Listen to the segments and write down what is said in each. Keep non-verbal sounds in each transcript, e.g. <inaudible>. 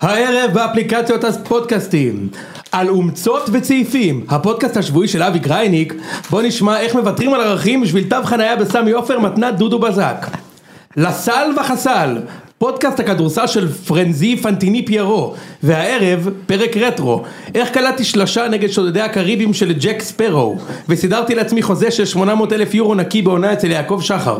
הערב באפליקציות הפודקאסטים על אומצות וצעיפים, הפודקאסט השבועי של אבי גרייניק בוא נשמע איך מוותרים על ערכים בשביל תו חנייה בסמי עופר מתנת דודו בזק לסל וחסל, פודקאסט הכדורסל של פרנזי פנטיני פיירו והערב פרק רטרו איך קלטתי שלשה נגד שודדי הקריבים של ג'ק ספרו וסידרתי לעצמי חוזה של 800 אלף יורו נקי בעונה אצל יעקב שחר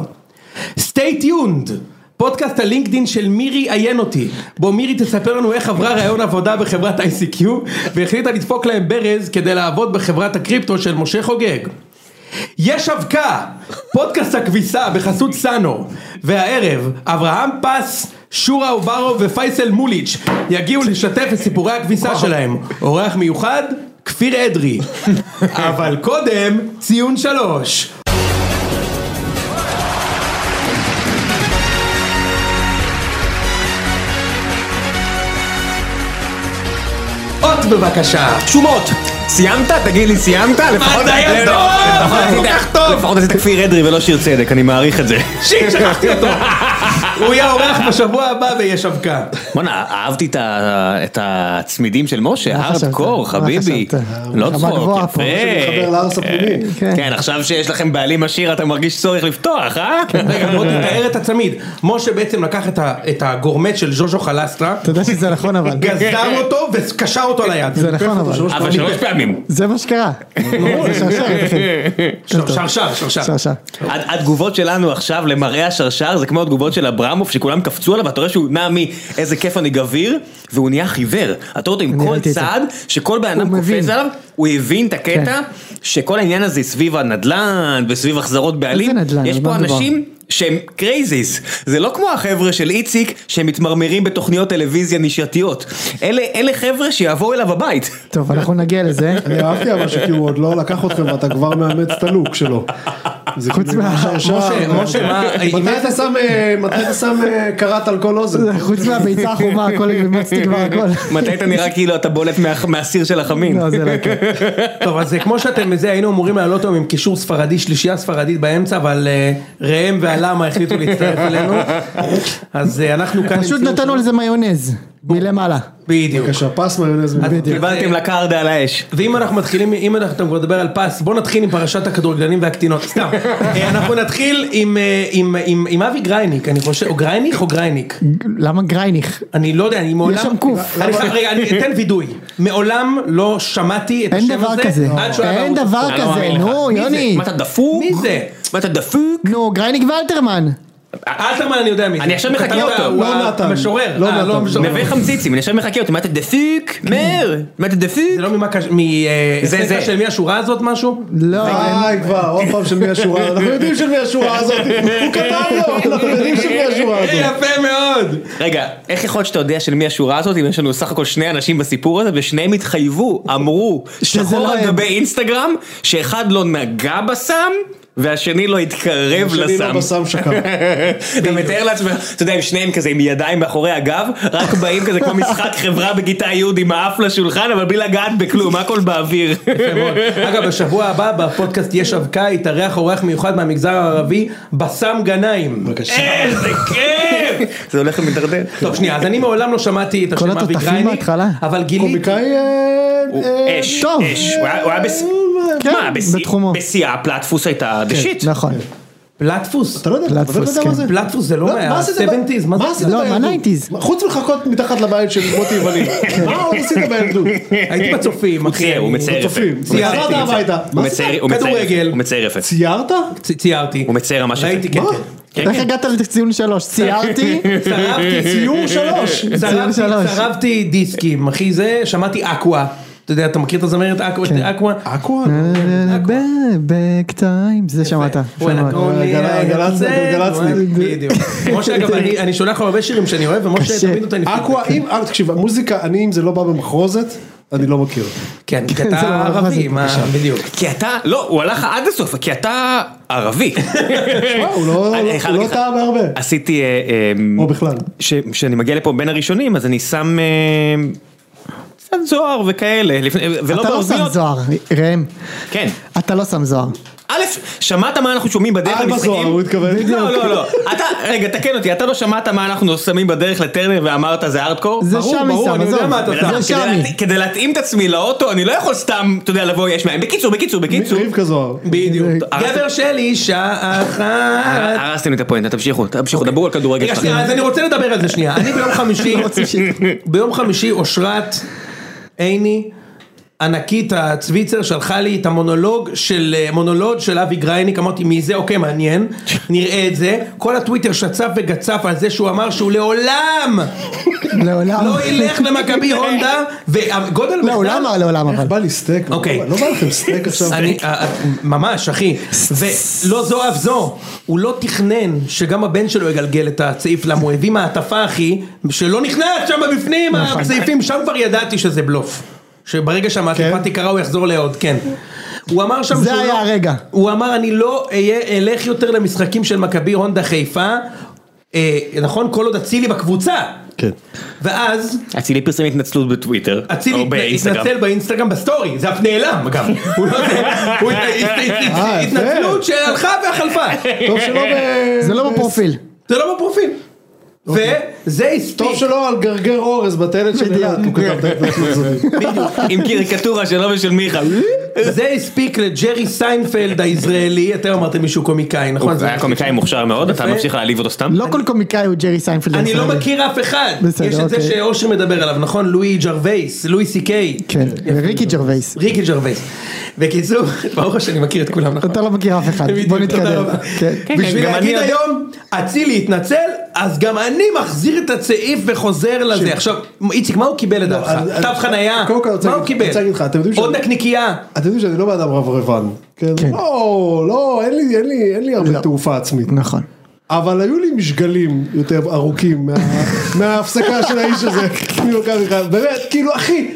סטייט טיונד פודקאסט הלינקדין של מירי עיין אותי, בו מירי תספר לנו איך עברה ראיון עבודה בחברת ICQ והחליטה לדפוק להם ברז כדי לעבוד בחברת הקריפטו של משה חוגג. יש אבקה, פודקאסט הכביסה בחסות סאנו, והערב אברהם פס, שורה אוברוב ופייסל מוליץ' יגיעו לשתף את סיפורי הכביסה שלהם, אורח מיוחד, כפיר אדרי, אבל קודם ציון שלוש. אות בבקשה, שומות. סיימת? תגיד לי, סיימת? לפחות... זה היה לא, טוב, לפחות זה כל עשית- כך טוב. לפחות עשית כפיר אדרי ולא שיר צדק, אני מעריך את זה. שיט, שכחתי אותו. הוא יהיה אורח בשבוע הבא ויש אבקה. בואנה, אהבתי את ה- את הצמידים של משה, מה חשבת? הארדקור, מה חביבי. חשבת? לא רמה גבוהה צחוק, פה, שמתחבר יפה. לארס הפנימי. כן. כן, עכשיו שיש לכם בעלים עשיר אתה מרגיש צורך לפתוח, אה? כן, רגע, בוא תתאר את הצמיד. משה בעצם לקח את ה- את הגורמט של ז'וז'ו חלסטרה, אתה יודע שזה נכון אבל. גזם אותו וקשר אותו ליד. זה נכון אבל. אבל שלוש פעמים. זה מה שקרה. זה שרשרת אחי. שר- שרשר, שרשר. שרשר. הת- התגובות שלנו עכשיו למראה השרשר זה כמו התגובות של אברמוב שכולם קפצו עליו ואתה רואה שהוא נע מאיזה כיף אני גביר והוא נהיה חיוור. אתה רואה אותו עם אני כל ראיתי את זה. צעד שכל בן הוא אדם קופץ מבין. כן. עליו הוא הבין את הקטע שכל העניין הזה סביב הנדל"ן וסביב החזרות בעלים. נדל"ן? על יש מה פה מדובר? אנשים שהם קרייזיז זה לא כמו החבר'ה של איציק שהם מתמרמרים בתוכניות טלוויזיה נישתיות אלה אלה חבר'ה שיבואו אליו הבית. <laughs> טוב אנחנו נגיע לזה. אני אהבתי אבל שכאילו הוא עוד לא לקח אתכם ואתה כבר מאמץ את הלוק שלו. זה חוץ כאילו מה- שרשר. משה, משה, מה, מתי אתה שם, אה, מתי אתה שם אה, קראט על כל אוזן? חוץ מהביצה החומה הכל אימצתי כבר הכל. מתי אתה נראה כאילו אתה בולט מה- מהסיר של החמין. לא זה לא יקרה. טוב, אז אה, כמו שאתם מזה, היינו אמורים לעלות היום עם קישור ספרדי, שלישייה ספרדית באמצע, אבל אה, ראם והלמה החליטו להצטרף אלינו. אז אה, אנחנו כאן... עם פשוט ציון נתנו שלוש. לזה מיונז. מלמעלה. בדיוק. בבקשה, פס מיונז. אז- מבית. קיבלתם לקרדה על האש. ואם אנחנו מתחילים, אם אנחנו כבר נדבר על פס, בוא נתחיל עם פרשת הכדורגלנים והקטינות, סתם. אה, אנחנו נתחיל עם, אה, עם, עם, עם אבי גרייניק, אני חושב, או גרייניך או גרייניק? למה גרייניך? אני לא יודע, אני מעולם... שם קוף. אני חייב- רגע, אני אתן וידוי. מעולם לא שמעתי את אין השם הזה. דבר כזה. עד שהוא היה אין בערוץ דבר הספורט. אני לא מאמין כזה. לך. נו מי זה? יוני. מה אתה דפוק? מי זה? מה אתה דפוק? נו גרייניק ואלתרמן. אלתרמן אני יודע מי זה. אני עכשיו הוא מחקה כתב אותו. ה- הוא לא נתן. המשורר. לא אה, נתן. המשורר. נווה חמציצים, אני עכשיו מחכה אותי, מה אתה דפוק? מר, מה אתה זה דפוק? לא ממכה, מ... אה, זה- הספר זה. של מי השורה הזאת משהו? לא. די כבר, עוד פעם של מי השורה, אנחנו יודעים של מי השורה הזאת, הוא כתב לו, אנחנו יודעים של מי השורה אה, הזאת. יפה מאוד! רגע, איך יכול להיות שאתה יודע של מי השורה הזאת, אם יש לנו סך הכל שני אנשים בסיפור הזה, ושניהם התחייבו, אמרו, שזה שחור לא על הם. גבי אינסטגרם, שאחד לא נגע בסם, והשני לא התקרב שלי לא לסם. בסם שקר. <laughs> אתה מתאר לעצמך, אתה יודע, הם שניהם כזה עם ידיים מאחורי הגב, רק באים כזה כמו משחק חברה בכיתה י' עם האף לשולחן, אבל בלי לגעת בכלום, הכל באוויר. יפה מאוד. נכון. <laughs> אגב, בשבוע הבא בפודקאסט יש אבקה, יתארח אורח מיוחד מהמגזר הערבי, בסם גנאים. איזה כן, כיף! זה הולך ומידרדר. טוב, שנייה, אז אני מעולם לא שמעתי את השם כל אבי התותחים גרייניק, בהתחלה. אבל גיליתי... קומיקאי... אה, אה, אש, טוב. אש, הוא היה- הוא היה בס... כן, מה, בשיא- בתחומו. בשיא הפלטפוס הייתה דה שיט. נכון. פלטפוס. אתה לא יודע, אתה באמת לא פלטפוס, יודע מה כן. זה? פלטפוס זה לא לא, מה... מה עשית ב- 70s, מה עשית לא, מה בילדות? 90s? חוץ מלחכות מתחת לבית של מוטי יבלים. מה עוד עשית <laughs> בילדות? הייתי בצופים, אחי. צייר, הוא אני- לא מצייר יפה. בצופים. הוא מצייר ציירת יפה. הביתה. הוא מה מצייר- עשית? הוא מצייר יפה. כדורגל. הוא מצייר יפה. ציירת? צי- ציירתי. הוא מצייר ממש יפה. ראיתי, כן, מה? כן. כן, איך כן. הגעת לציון שלוש? <laughs> ציירתי? <laughs> שרפתי ציור שלוש. שרפתי- שלוש. שרפתי דיסקים, אחי זה, שמעתי אקווה. אתה יודע, אתה מכיר את הזמרת אקווה? כן. אקווה? אקווה? back time זה שמעת. יפה וואלה, אה, מאוד. קוראים לי- גלצ- גלצ- זה- גלצניק. בדיוק. משה, אגב, אני- אני שולח לו הרבה שירים שאני אוהב, ומשה קשה. תמיד נותן לי פידבק. אקווה, אם, אה, תקשיב, המוזיקה, אני אם זה לא בא במחרוזת, אני לא מכיר. כן, כי זה לא אתה מה זה, ערבי, מה, בדיוק. כי אתה, לא, הוא הלך עד הסוף, כי אתה ערבי. אה, הוא לא- אני חייב הוא לא להגיד לך, טעה בהרבה. עשיתי, אה, אה, או בכלל. ש- שאני מגיע לפה בין הראשונים, אז אני שם... אה, קצת זוהר וכאלה, לפני- ולא אתה לא באוזניות. שם זוהר, ראם. כן. אתה לא שם זוהר. א', שמעת מה אנחנו שומעים בדרך ארבע למשחקים? זוהר, הוא התכוון. לא, לא, לא. אתה, רגע, תקן אותי, אתה לא שמעת מה אנחנו שמים בדרך לטרנר ואמרת זה הארדקור? זה ברור, שם ברור, עיסאם, אני יודע עזוב. מה אתה בן שם. אדם, זה כדי שמי. להתאים- כדי להתאים את עצמי לאוטו, אני לא יכול סתם, אתה יודע, לבוא יש מאין. בקיצור, בקיצור, בקיצור. רבקה זוהר. בדיוק. הרסת- גבר של אישה אחת. הרסתם את הפואנטה, תמשיכו, תמשיכו, דברו על כדורגל רגע שנייה, אז אני רוצה לדבר על זה שנייה. אני ביום חמישי, ביום חמישי אושרת עיני, ענקית הצוויצר, שלחה לי את המונולוג של, אה, מונולוג של אבי גרייניק, אמרתי מי זה, אוקיי מעניין, נראה את זה. כל הטוויטר שצף וגצף על זה שהוא אמר שהוא לעולם לעולם. לא ילך למכבי <laughs> הונדה, אה, וגודל לעולם, לא לעולם אבל. <laughs> איך בא לי סטייק? אוקיי. לא בא לכם סטייק עכשיו? אני, אה, אה, ממש אחי, ולא זו אף זו, הוא לא תכנן שגם הבן שלו יגלגל את הצעיף, למה הוא הביא מעטפה אחי, שלא נכנס שם בפנים, נכון. הצעיפים, שם כבר ידעתי שזה בלוף, שברגע שהמעטפה כן. תיקרא הוא יחזור לעוד, כן. הוא אמר שם זה שהוא היה לא- הרגע. הוא אמר אני לא אהיה, אלך יותר למשחקים של מכבי הונדה חיפה, אה, נכון? כל עוד אצילי בקבוצה, כן. ואז אצילי פרסם התנצלות בטוויטר. אצילי או באינסטגרם. התנצל באינסטגרם בסטורי, זה אף <laughs> נעלם אגב, הוא לא זה, הוא אה, יפה. התנצלות שהלכה והחלפה, טוב שלא ב... זה לא בפרופיל. זה לא בפרופיל. וזה הספיק, טוב שלא על גרגר אורז בטיילת של אילת, הוא כתב את ההתנצלות הזאת. כן. <laughs> עם קריקטורה שלו ושל אה? מיכה. זה הספיק לג'רי סיינפלד הישראלי, אתם אמרתם מישהו קומיקאי, נכון? זה היה קומיקאי מוכשר מאוד, אתה ממשיך להעליב אותו סתם? לא כל קומיקאי הוא ג'רי סיינפלד. אני לא הישראלי. מכיר אף אחד, בסדר, יש את זה אוקיי. שאושר מדבר עליו, נכון? לואי ג'רווייס, לואי סי קיי, כן, <laughs> ריקי ג'רווייס. ריקי ג'רווייס. בקיצור, ברוך השם אני מכיר את כולם, נכון? אתה לא מכיר אף אה, <laughs> אחד, בדיוק, בוא תודה נתקדם. רבה. כן. כן, בשביל גם אני להגיד יודע. היום, אצילי התנצל, אז גם אני מחזיר את הצעיף וחוזר לזה. עכשיו, איציק, מה הוא קיבל לדעתך? אני- אני- תו חנייה? לא, קודם כל אני רוצה מה הוא להגיד- קיבל? אני רוצה להגיד לך, אתם יודעים עוד שאני- נקניקייה? אתם יודעים שאני לא בן אדם רברבן. כן. כן. לא, לא, אין לי- אין לי- אין לי הרבה לא. תעופה עצמית. נכון. אבל היו לי משגלים יותר <laughs> ארוכים מה- מההפסקה של האיש הזה ממכבי חיפה, באמת, כאילו אחי,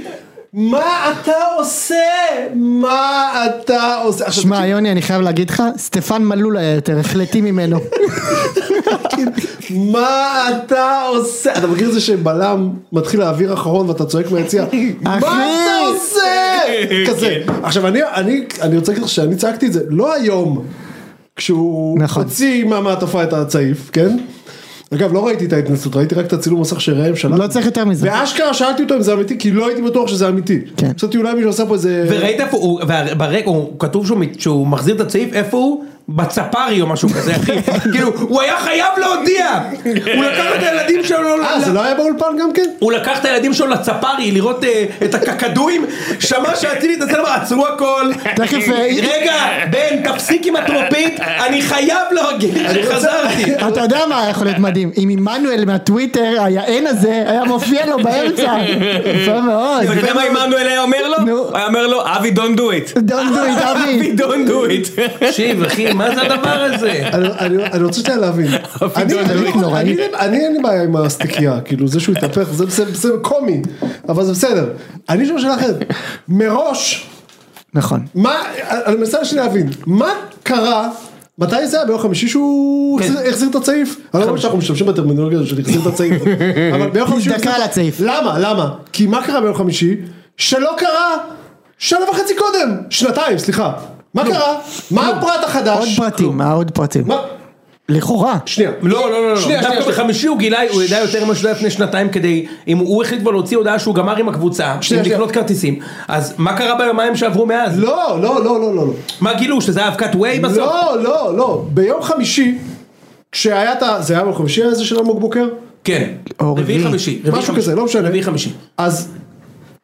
מה אתה עושה? מה אתה עושה? <laughs> עכשיו, שמע יוני אני חייב להגיד לך, סטפן מלול היה יותר החלטי ממנו. <laughs> מה אתה עושה? אתה מכיר את זה שבלם מתחיל להעביר אחרון ואתה צועק <laughs> מהיציע, מה אתה עושה? כזה. עכשיו אני- אני אני רוצה להגיד לך שאני צעקתי את זה, לא היום, כשהוא נכון. הוציא מהמעטפה את הצעיף, כן? אגב לא ראיתי את ההתנסות, ראיתי רק את הצילום מסך שראם שלח. לא צריך יותר מזה. ואשכרה שאלתי אותו אם זה אמיתי, כי לא הייתי בטוח שזה אמיתי. כן. חשבתי אולי מישהו עשה פה איזה... וראית איפה הוא, וה- ברק- הוא כתוב שהוא מת- שהוא מחזיר את הצעיף, איפה הוא? בצפרי או משהו כזה, <laughs> אחי. כאילו, הוא היה חייב להודיע! הוא לקח את הילדים שלו... ל- אה, זה לא היה באולפן גם כן? הוא לקח את הילדים שלו לצפרי לראות אה, את הקקדויים, שמע שאצילי התנצל, אמר עצרו הכל. תכף, אה, רגע, בן, תפסיק עם הטרופית, אני חייב להגיד שחזרתי. אתה יודע מה היה יכול להיות מדהים, אם עמנואל מהטוויטר, היען הזה, היה מופיע לו <laughs> באמצע. יפה מאוד. אתה יודע מה עמנואל היה אומר לו? נו. הוא היה אומר לו, אבי don't do it. Don't do <laughs> it, אבי. אבי don't do it. תקשיב, אחי, מה זה הדבר הזה? אני- אני אני רוצה שנייה להבין. אני- דוד, אני- דוד, נוראי. אני- אני אין לי בעיה עם הסטיקייה, כאילו זה שהוא התהפך זה- זה זה קומי, אבל זה בסדר. אני שואל שאלה אחרת, מראש, נכון. מה, אני מנסה שנייה להבין, מה קרה? מתי זה היה ביום חמישי שהוא החזיר- החזיר את הצעיף? אני לא אומר שאנחנו משתמשים בטרמינולוגיה הזו של החזיר את הצעיף, אבל ביום חמישי... הוא נזדקה החזיר- לצעיף. למה? למה? כי מה קרה ביום חמישי? שלא קרה שנה וחצי קודם, שנתיים, סליחה. מה קרה? מה הפרט עוד החדש? פרטים, אה, עוד פרטים. מה? לכאורה. שנייה. לא, לא, לא, לא, שנייה, דווקא שנייה. בחמישי הוא גילה, הוא ידע יותר ממה שהוא ידע לפני שנתיים כדי, אם הוא החליט כבר להוציא הודעה שהוא גמר עם הקבוצה, שנייה, עם שנייה. לקנות כרטיסים, אז מה קרה ביומיים שעברו מאז? לא, לא, לא, לא, לא, לא. מה גילו, שזה היה אבקת ווי בסוף? לא, לא, לא. ביום חמישי, כשהיה את ה... זה היה ביום חמישי הזה של אלמוג בוקר? כן. או רביעי רביעי. חמישי. רביעי משהו חמישי. כזה, לא משנה. רביעי חמישי. אז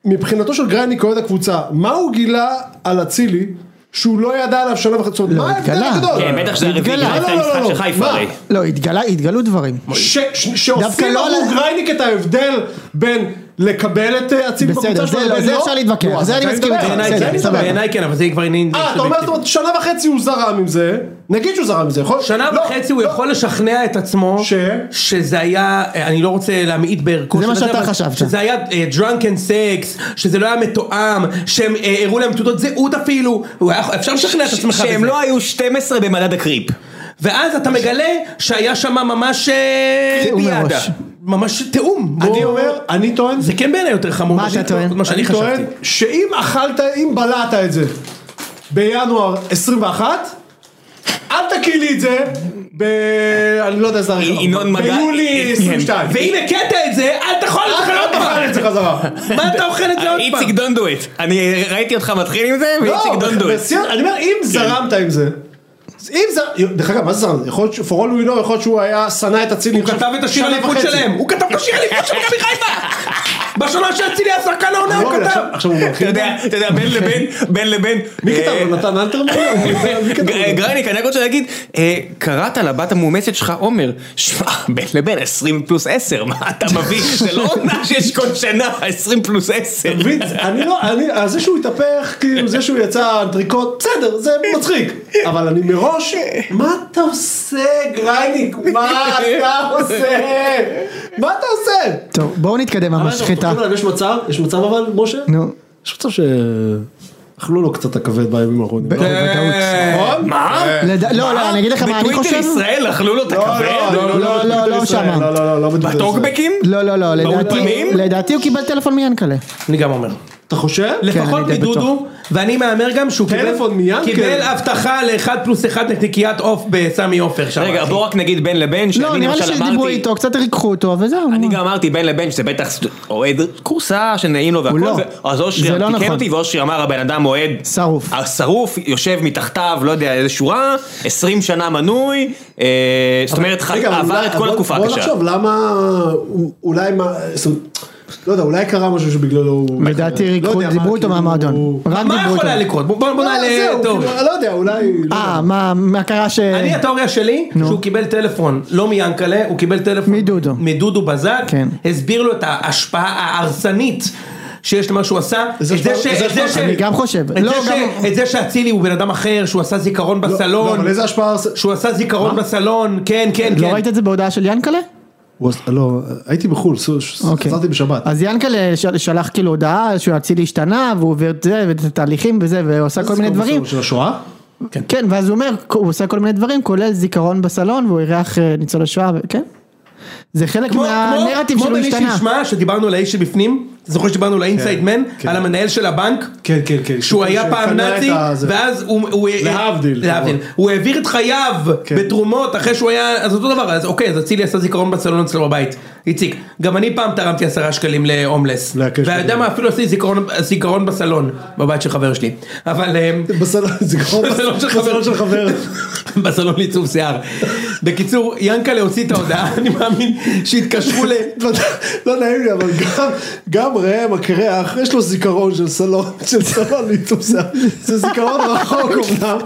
מבחינתו של גרייניק אוהד הקבוצה, מה הוא גילה על אצילי שהוא לא ידע עליו שנה וחצי? זאת אומרת, לא, מה ההבדל התגלה. הגדול? כן, בטח שזה הרביעי, התגלה. כי זה לא, לא, המשחק לא, של לא. חיפה מה? הרי. לא, התגלה- התגלו דברים. ש- ש- דווקא שעושים לא עבור על- גרייניק את ההבדל בין לקבל את אה, אצילי בסדר, בקבוצה זה שלו לא- לבין זה אפשר להתווכח, נו, אז זה אני על מסכים מדבר. איתך, בעיניי בסדר, כן, סבבה. בעיניי כן, אבל זה כבר עניין אה, אתה אומר, זאת אומרת, שנה וחצי הוא זרם עם זה, נגיד שהוא זרם עם זה, יכול? שנה לא, וחצי הוא לא. יכול לשכנע את עצמו ש? שזה היה, אני לא רוצה להמעיט בערכו זה של מה הזה, שאתה אבל חשבת. שזה היה drunk and sex, שזה לא היה מתואם, שהם אה, הראו להם תעודות זהות אפילו, הוא היה- אפשר לשכנע את עצמך שהם בזה. לא היו 12 במדד הקריפ. ואז אתה מגלה שהיה שם ממש אה, תיאום ביאדה. מראש. ממש תיאום. אני בוא- אומר, אני טוען, זה כן בעיניי יותר חמור. מה ממה אתה ש- טוען? מה שאני אני חשבתי. טוען שאם אכלת, אם בלעת את זה בינואר 21, אל תקריא לי את זה ב... אני לא יודע איזה תאריך. ינון מגל. ביולי 22. ואם הכית את זה, אל תאכל את אף זה אחד עוד לא פעם. בחר את זה חזרה. מה אתה אוכל את זה עוד פעם? איציק don't do it. אני ראיתי אותך מתחיל עם זה, ואיציק לא, don't do it. בסדר, אני אומר, אם זרמת עם זה. אם זה, דרך אגב, מה זה זרמת? יכול להיות, ש- for all we know, יכול להיות שהוא היה, שנא את הציניות. הוא כתב את השיר אליפות שלהם, הוא כתב את השיר אליפות של מכבי חיפה! בשנה שאצילי היה שחקן העונה הוא כתב! לא, עכשיו הוא אתה מרחיב. יודע, אתה יודע, בין לבין, בין לבין. מי כתב? אה, לו? נתן אלתרמן? מי כתב? לו? ג- גרייניק, אני רק רוצה להגיד, אה, קראת לבת המאומצת שלך עומר, שמע, בין לבין 20 פלוס 10, מה אתה מביא? זה לא עונה שיש כל שנה 20 פלוס 10. מבין? אני לא, אני, אז זה שהוא התהפך, כאילו זה שהוא יצא אנטריקוט, בסדר, זה מצחיק, אבל אני מראש, מה אתה עושה גרייניק? מה אתה עושה? מה אתה עושה? טוב, בואו אה, נתקדם אבל המשחטה. אנחנו- יש מצב, יש מצב אבל, משה? נו. יש מצב שאכלו לו קצת הכבד בימים האחרונים. לא? בוודאות. נכון? אה, מה? אה, לד- לא, לא, אני אגיד לך מה אני בטוויטר חושב. ישראל אכלו לו את לא, לא, הכבד? אני לא, לא, בטוויטר לא, לא ישראל, שמה. לא, לא, לא, לא בטוויטר ישראל. בטוקבקים? לא, לא, לא, לדעתי, באולפנים? לדעתי הוא קיבל טלפון מיאנקלה. אני גם אומר. אתה חושב? לפחות אני די מדודו, ואני מהמר גם שהוא קיבל- טלפון מיאנקל. קיבל הבטחה לאחד פלוס אחד נקניקיית עוף בסמי עופר שם. רגע, אחי. בוא רק נגיד בין לבין, לא, שאני נראה לי למשל שדיברו אמרתי... איתו, קצת ריככו אותו, וזהו. אני נו. גם אמרתי בין לבין שזה בטח סט- אוהד כורסה שנעים לו והכל, לא. ו- אז אושרי זה לא תיקן נכון. אותי ואושרי אמר הבן אדם אוהד, שרוף. השרוף יושב מתחתיו לא יודע איזה שורה, 20 שנה מנוי, אה, זאת אומרת ח- רגע, אבל עבר אולי- את כל בוא- התקופה בוא הקשה, נחשוב למה, אולי מה, זאת אומרת, לא יודע, אולי קרה משהו שבגללו הוא... לדעתי לא יודע, ריככו, מה, דיברו איתו כאילו, מהמועדון. אה, רק מה דיברו יכול היה איתו. לקרות? בוא- בוא בוא נעלה זהו, תיאוריה. כאילו, לא יודע, אולי... לא יודע. אה, מה, מה קרה ש... אני התיאוריה שלי, שהוא קיבל טלפון, לא מיאנקלה, הוא קיבל טלפון מדודו. מדודו בזק, כן. הסביר לו את ההשפעה ההרסנית שיש למה שהוא עשה, את איזה זה השפעה- ש- איזה את זה השפעה- ש- אני גם חושב. את לא, זה ש- גם- את זה שאצילי הוא בן אדם אחר, שהוא עשה זיכרון לא, לא, בסלון, אבל איזה השפעה... שהוא עשה זיכרון בסלון, כן, כן, לא כן. ראית את זה בהודעה של ינקלה? הוא עשה- לא, הייתי בחו"ל, ס- ש- אוקיי. חזרתי בשבת. אז ינקלה ש- שלח כאילו הודעה שאצילי השתנה והוא עובר את זה ואת התהליכים וזה והוא עשה כל מיני דברים. של השואה? כן ואז הוא אומר הוא עושה כל מיני דברים כולל זיכרון בסלון והוא אירח אה, ניצול השואה ו- כן. זה חלק כמו- מהנרטיב כמו שלו בלי השתנה. שישמע, שדיברנו על האיש שבפנים, אתה זוכר שדיברנו על האינסייד מן, כן. על המנהל של הבנק, כן, כן, כן. שהוא היה פעם שקנה את נאצי, הזה. ואז הוא... הוא- להבדיל. להבדיל. הוא העביר את חייו כן. בתרומות אחרי שהוא היה... אז אותו דבר, אז אוקיי, אז אצילי עשה זיכרון בסלון אצלו בבית. איציק, גם אני פעם תרמתי עשרה שקלים להומלס. להקש ואתה יודע בגלל. מה, אפילו עשיתי זיכרון- זיכרון בסלון, בבית של חבר שלי. אבל... אה, בסלון זה כמו בסלון של בסלון של חבר. <laughs> בסלון לעיצוב שיער. בקיצור, ינקלה הוציא את ההודעה, <laughs> אני מאמין שהתקשרו ל... לא נעים לי, אבל גם- גם ראם הקרח, יש לו זיכרון של סלון, של סלון ליטוב שיער. זה זיכרון רחוק אוקיי. <laughs> אומנם.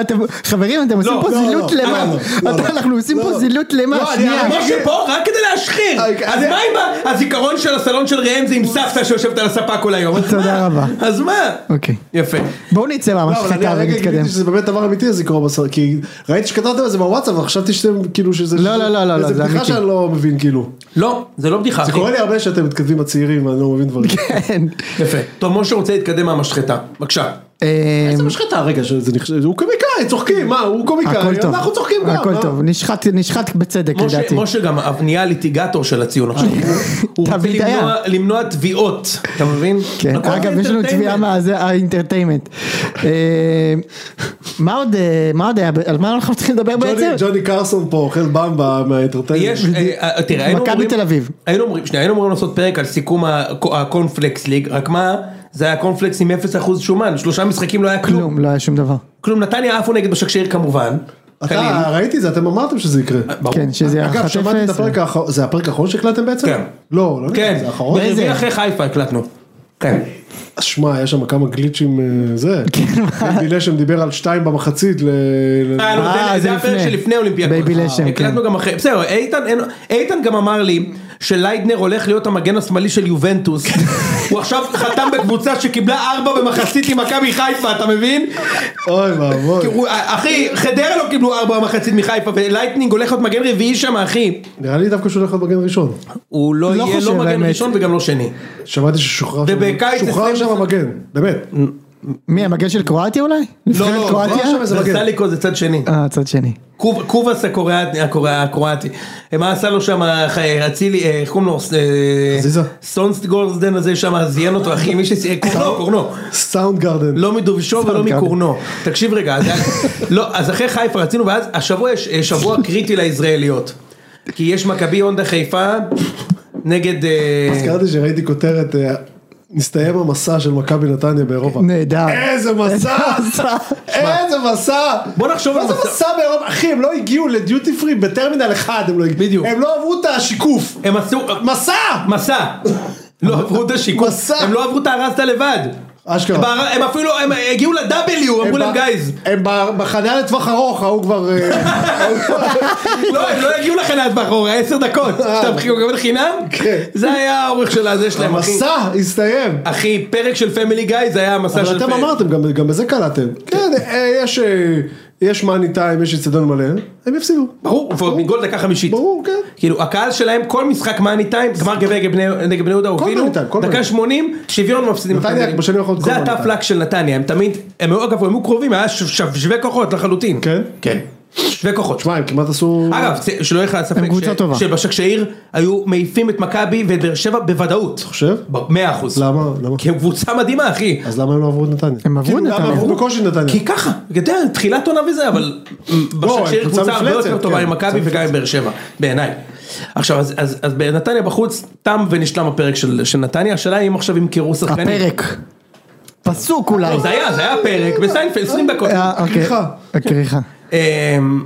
אתם- חברים אתם עושים לא, פה לא, זילות לא, למה. לא, לא, אתה- לא. אנחנו עושים לא, פה לא. זילות לא, למה. אני- שנייה. אני- משה פה רק כדי להשחיר, אוקיי, אז אני- מה אם ה- הזיכרון של הסלון של ראם זה עם סבתא שיושבת על הספה כל היום, אז תודה מה? רבה. אז מה? אוקיי. יפה. בואו נצא לא, אבל אני מהמשחטה הרגע ונתקדם. גיליתי שזה באמת דבר אמיתי הזיכרון בסלון, כי ראיתי שכתבתם על זה בוואטסאפ, וחשבתי שאתם כאילו שזה... לא, לא, לא, לא, לא, זה זה בדיחה אמיתי. שאני לא מבין כאילו. לא, זה לא בדיחה. זה אחי. קורה לי הרבה שאתם מתכתבים הצעירים ואני לא מבין דברים. כן. יפה. טוב, משה רוצה להתקדם מהמשחטה, בבקשה. אה, איזה משחטה רגע שזה נחשב, הוא קומיקאי, צוחקים, מה, הוא הכל קומיקאי, טוב. אנחנו צוחקים גם. אה? לא? הכל מה? טוב. נשחט- נשחט בצדק משה- לדעתי. משה גם נהיה ליטיגטור של הציון עכשיו. הוא- הוא רוצה תמיד היה. למנוע- למנוע תביעות, אתה מבין? כן, הכל אגב יש לנו entertainment. תביעה מה זה האינטרטיימנט. אה, מה עוד אה, מה עוד היה על מה אנחנו צריכים לדבר ג'וני- בעצם? ג'וני קרסון פה אוכל במבה מהאינטרטיימנט. יש, אה, אה, תראה, היינו מכבי אומרים- תל אביב. היינו אומרים, שנייה, היינו אמורים לעשות פרק על סיכום הקו- הקונפלקס ליג, רק מה, זה היה קונפלקס עם 0% שומן, שלושה משחקים לא היה כלום, כלום לא היה שום דבר. כלום, נתניה עפו נגד בשקשיר כמובן, קליל. אתה ראיתי את זה, אתם אמרתם שזה יקרה. ברור. כן שזה היה אגב, 1-0. שמעתי את הפרק האחרון, זה הפרק האחרון שהקלטתם בעצם? כן. לא, לא נראה, לי, כן, זה האחרון. ברביעי אחרי חיפה הקלטנו, כן, שמע, היה שם כמה גליצ'ים, אה, זה. בילה שם דיבר על שתיים במחצית ל... ל- אה, לא, אה, זה- זה זה הפרק לפני. שלפני אולימפיאקוס, בייבי לשם, אה, הקלטנו כן. גם אחרי, בסדר, איתן- אין- איתן גם אמר לי שליידנר הולך להיות המגן השמאלי של <laughs> יובנטוס, הוא עכשיו חתם בקבוצה שקיבלה ארבע במחצית עם מכבי חיפה, אתה מבין? אוי אה, ואבוי. הוא- אחי, חדרה לא קיבלו ארבע במחצית מחיפה, ולייטנינג הולך להיות מגן רביעי שם, אחי. נראה לי דווקא שהוא הולך להיות מגן ראשון. הוא לא לא יהיה חושב, לא מגן האמת. ראשון וגם לא שני. שמעתי ששוחרר שם- ובקיץ שוחרר עשרים לא. שם וחצי- המגן, באמת. מי, המגן של קרואטיה אולי? נבחרת לא, קרואטיה? לא, שם איזה- זה סליקו זה צד שני. אה, צד שני. קוב- קובאס הקוריאט- הקוריאה- אה, הקרואטי. מה עשה לו שם אה, אצילי, אה, איך קוראים לו? אה, חזיזה. סונסטגורסדן הזה שם זיין אותו אחי, מי שס... אה, <laughs> קורנו, קורנו. סאונד גרדן. לא מדובשו ולא סתם, מקורנו. תקשיב רגע, אז, לא, אז אחרי חיפה רצינו, ואז השבוע יש אה, שבוע קריטי לישראליות. כי יש מכבי הונדה חיפה נגד... אה, הזכרתי שראיתי כותרת, אה, נסתיים המסע של מכבי נתניה באירופה. נהדר. איזה מסע! מסע. איזה מסע! בוא נחשוב על מה זה מסע. מסע באירופה? אחי, הם לא הגיעו לדיוטי פרי בטרמינל אחד, הם לא הגיעו. בדיוק. הם לא עברו את השיקוף. הם עשו... אה, מסע! מסע! לא עברו את השיקום, מסע. הם לא עברו את הרסת לבד. אשכרה. הם בער- הם אפילו, הם הגיעו לדאבליו, אמרו הם להם ב- גייז. הם ב- בחניה לטווח ארוך, ההוא <laughs> כבר... אה, ההוא כבר- לא, הם לא יגיעו לכם ליד מאחורה, עשר דקות. שאתה מקבל חינם? אה. כן. זה היה האורך של הזה שלהם, אחי. המסע <laughs> הסתיים. אחי, פרק של פמילי גיא זה היה המסע של... אבל אתם פ- אמרתם, גם- גם בזה קלעתם. כן, אה, יש, אה, יש מאני טיים, יש אצטדיון מלא, הם יפסידו. ברור, ועוד מגול דקה חמישית. ברור, כן. כאילו, הקהל שלהם, כל משחק מאני טיים, גמר גביע נגד בני- נגד בני יהודה הובילו, מאני טיים, כל מאני דקה טיים. 80, שוויון מפסידים. נתניה, הפנדלים. בשנים האחרונות כל זה מאני הטאפ טיים. לק של נתניה, הם תמיד, הם היו אגב, הם היו קרובים, היה ש- ש- שווה כוחות לחלוטין. כן? כן. שווה כוחות. שמע, הם כמעט עשו... אגב, צ- שלא יהיה לך ספק, הם קבוצה ש- טובה. שבשקשאיר היו מעיפים את מכבי ואת באר שבע בוודאות. אתה חושב? מאה אחוז. למה? למה? כי הם קבוצה מדהימה, אחי. אז למה הם לא עברו את נתניה? הם עברו כאילו, את למה נתניה. עברו בקושי נתניה. כי ככה, אתה יודע, תחילת עונה וזה, אבל בשקשיר קבוצה קבוצה הרבה מפלצת, יותר טובה כן, עם מכבי קבוצה וגם עם באר שבע, בעיניי. עכשיו, אז- אז אז בנתניה בחוץ, תם ונשלם הפרק של של נתניה, השאלה היא אם עכשיו ימכרו שחקנים. לא, הפרק. פסוק אולי. זה היה, זה היה פרק בסיינפלד, 20 דקות. אה, אוקיי. הכריכה. הכריכה. אמ,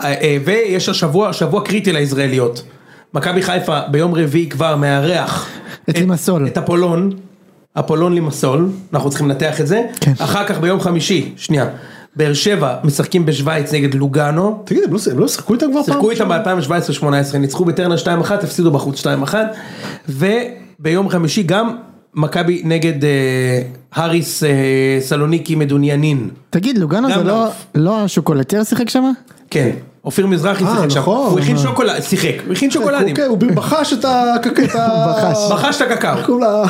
אה, אה, ויש השבוע, שבוע קריטי לישראליות. מכבי חיפה ביום רביעי כבר מארח. את לימסול. את אפולון. אפולון לימסול, אנחנו צריכים לנתח את זה. כן. אחר כך ביום חמישי, שנייה. באר שבע משחקים בשוויץ נגד לוגאנו. תגיד, הם לא- הם לא שיחקו איתם כבר פעם? שיחקו איתם ב-2017-2018, ניצחו בטרנר 2-1, הפסידו בחוץ 2-1. וביום חמישי גם מכבי נגד אה, האריס אה, סלוניקי מדוניאנין. תגיד, לוגנו גם זה לא- לאוף. לא השוקולטר שיחק שם? כן, אופיר מזרחי אה, שיחק שם, נכון. הוא הכין שוקולד, שיחק, הוא הכין שוקולדים, אוקיי, הוא בחש את הקקט. <laughs> בחש. בחש את הקקאו, קוראים לה...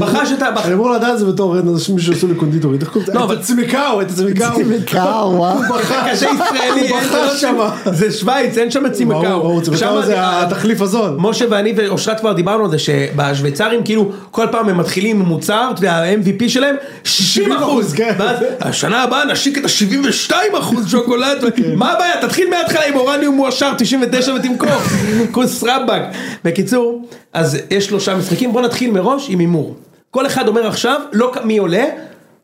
בחש את ה... אני אמור לדעת את זה בתור אנשים שעשו לי קונדיטורית, איך קוראים לזה? לא, את <laughs> אבל- הצמיקאו, <laughs> את הצמיקאו. קאו, וואו. בחש ישראלי, אין הוא בחש זה לא- שמה. זה שווייץ, אין שם את ברור, צימקאו, ברור, צמיקאו שם זה ה- התחליף הזול. משה ואני ואושרת כבר דיברנו על זה שבשוויצרים כאילו כל פעם הם מתחילים עם מוצר, אתה יודע, ה-MVP שלהם 60 אחוז, כן. ואז השנה הבאה נשיק את ה-72 אחוז שוקולד, מה הבעיה תתחיל מההתחלה עם אורניום מועשר 99 ותמכור, כוס רבאק. בקיצור, אז יש שלושה משחקים, בוא נתחיל מראש עם הימור. כל אחד אומר עכשיו, לא כ- מי עולה,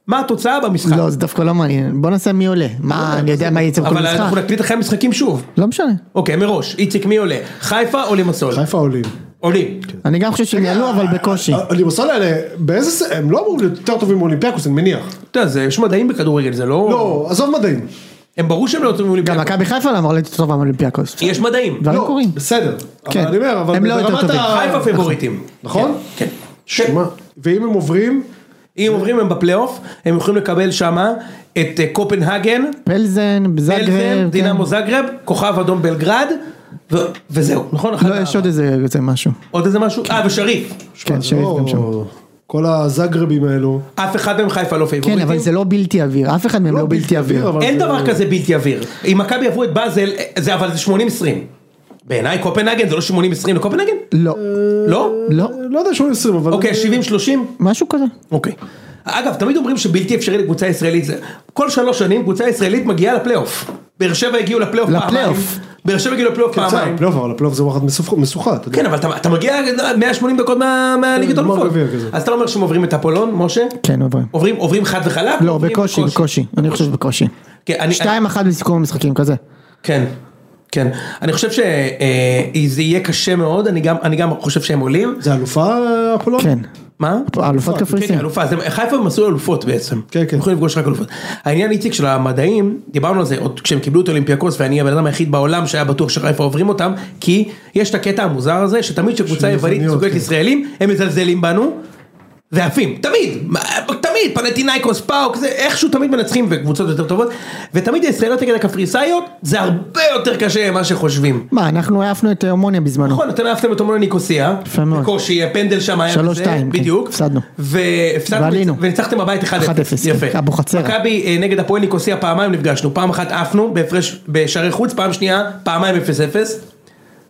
מה התוצאה במשחק. לא, זה דווקא לא מעניין. בוא נעשה מי עולה. מה, אני יודע מה יצא בכל אבל אנחנו משחק? נקליט אחרי המשחקים שוב. לא משנה. אוקיי, מראש, איציק מי עולה? חיפה או לימסול? חיפה עולים. אה, עולים. אני גם חושב שהם יעלו, אבל בקושי. לימסול האלה, באיזה... ס- הם לא אמורים להיות יותר טובים מאולימפיאקוס, אני מניח. אתה יודע, זה- יש מדעים בכדורגל, זה לא... לא, עזוב מדעים. הם ברור שהם לא יוצאים גם מאולימפיאקוס. מכבי חיפה לא אמורה להיות יותר טובה מאולימפיאקוס. יש מדעים. דברים לא, קורים. בסדר. כן. אבל אני אומר, אבל הם לא יותר ברמת טובים. ה- חיפה פיבוריטים. נכון? כן. שמע, ואם הם עוברים, אם עוברים הם בפלייאוף, הם יכולים לקבל שמה את אה, קופנהגן, פלזן, אלזן, זאגרב. דינמו זגרב, כוכב אדום בלגרד, ו- וזהו, נכון? כן. אחד לא, מה- יש עוד איזה איזה משהו. עוד איזה משהו? אה, ושריף. כן, שריף לא, גם שם. כל הזגרבים האלו. אף אחד מהם חיפה לא פיבוריטים. כן, אבל זה לא בלתי עביר. אף אחד מהם לא בלתי עביר. אבל אין זה- דבר כזה בלתי עביר. אם מכבי עברו את באזל, אה, זה אבל זה 80-20. בעיניי קופנהגן זה לא 80-20 לקופנהגן? לא. לא? לא. לא יודע שהוא 20 אבל... אוקיי, 70-30? משהו כזה. אוקיי. אגב, תמיד אומרים שבלתי אפשרי לקבוצה ישראלית זה... כל שלוש שנים קבוצה ישראלית מגיעה לפלייאוף. באר שבע הגיעו לפלייאוף לפלייאוף. פעמיים. באר שבע הגיעו לפלייאוף בסדר, פעמיים. הפלייאוף, אבל הפלייאוף זה וואחד מסוכ- משוכה, אתה יודע. כן, אבל אתה, אתה מגיע 180 דקות מה- מהליגת גמר אלופות. גביע כזה. אז אתה לא אומר שהם עוברים את אפולון, משה? כן, עוברים. עוברים, עוברים חד וחלק? לא, עוברים בקושי, בקושי. אני חושב שבקושי. כן, אני, אני, שתיים אחת בסיכום המשחקים כזה. כן, כן. אני חושב שזה יהיה קשה מאוד, אני גם, אני גם חושב שהם עולים. זה אלופה אה, אפולון? כן. מה? אלופת כן, קפריסין. כן, אלופה, זה- חיפה הם עשו אלופות בעצם. כן, כן. הם יכולים לפגוש רק אלופות. העניין איציק של המדעים, דיברנו על זה עוד כשהם קיבלו את אולימפיאקוס, ואני הבן אדם היחיד בעולם שהיה בטוח שחיפה עוברים אותם, כי יש את הקטע המוזר הזה, שתמיד כשקבוצה של יוונית יווניות, סוגרת כן. ישראלים, הם מזלזלים בנו, ועפים, תמיד, מה- תמיד, פנטינאיקוס, פאוק, זה איכשהו תמיד מנצחים וקבוצות יותר טובות, ותמיד הישראליות נגד הקפריסאיות, זה הרבה יותר קשה ממה שחושבים. מה, אנחנו העפנו את המוניה בזמנו. נכון, אתם העפתם את אומנון ניקוסיה, יפה מאוד. בקושי, הפנדל שם היה שלוש, וזה, שתיים, כן, בדיוק, הפסדנו. והפסדנו, ועלינו. וניצחתם בבית 1-0, 1-0, יפה, כן, אבוחצירא. מכבי אה, נגד הפועל ניקוסיה פעמיים נפגשנו, פעם אחת עפנו בהפרש, בשערי חוץ, פעם שנייה, פעמיים 0-0,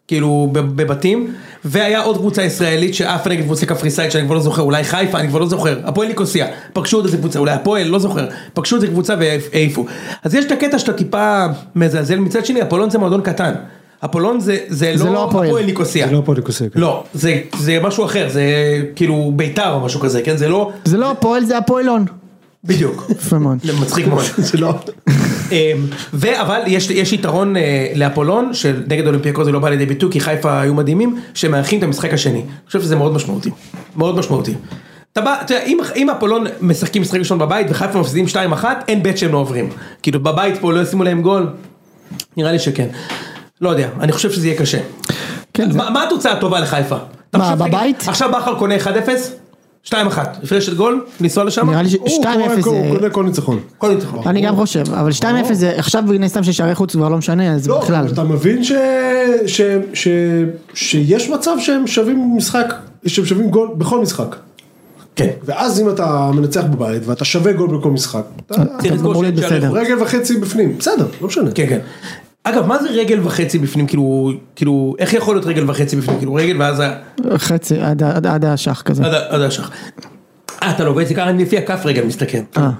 כאילו בב- בבתים, והיה עוד קבוצה ישראלית שעפה נגד קבוצה קפריסאית שאני כבר לא זוכר, אולי חיפה, אני כבר לא זוכר, הפועל ניקוסיה, פגשו עוד איזה קבוצה, אולי הפועל, לא זוכר, פגשו איזה קבוצה והעיפו. אז יש את הקטע שאתה טיפה מזלזל, מצד שני הפולון זה מועדון קטן. הפולון זה, זה, זה לא, לא הפועל. ניקוסיה. זה לא הפועל ניקוסיה, כן. לא, זה, זה משהו אחר, זה כאילו ביתר או משהו כזה, כן? זה לא, זה לא הפועל, זה הפועלון. בדיוק. יפה מאוד. זה מצחיק מאוד. זה לא... אמ, ו- אבל יש, יש יתרון אה, לאפולון, שנגד אולימפיאקו זה לא בא לידי ביטוי, כי חיפה היו מדהימים, שמארחים את המשחק השני. אני חושב שזה מאוד משמעותי. מאוד משמעותי. אתה בא, אתה יודע, אם, אם אפולון משחקים משחק ראשון בבית וחיפה מפסידים 2-1, אין בית שהם לא עוברים. כאילו בבית פה לא ישימו להם גול? נראה לי שכן. לא יודע, אני חושב שזה יהיה קשה. כן, זה- מה, מה התוצאה הטובה לחיפה? אתה מה, חושב, תגיד, בבית? עכשיו בכר קונה 1-0? 2-1, הפרש של גול, לנסוע לשם? נראה לי ש- 2-0 הוא קורא- הוא זה... קונה כל ניצחון. כל ניצחון. אני גם חושב, אבל לא. 2-0 זה... עכשיו מן הסתם ששערי חוץ כבר לא משנה, אז לא, בכלל. אבל אתה מבין ש... ש... ש... שיש מצב שהם שווים משחק, שהם שווים גול בכל משחק. כן. ואז אם אתה מנצח בבית ואתה שווה גול בכל משחק, אתה צריך זה אמור לזכור להיות שאין שערי בסדר. רגל וחצי בפנים, בסדר, לא משנה. כן, כן. אגב, מה זה רגל וחצי בפנים? כאילו, כאילו, איך יכול להיות רגל וחצי בפנים? כאילו, רגל ואז ה- חצי, עד ה- עד- עד השח כזה. עד ה- עד השח. אה, אתה לובץ, ככה אני לפי הכף רגל מסתכל. אה.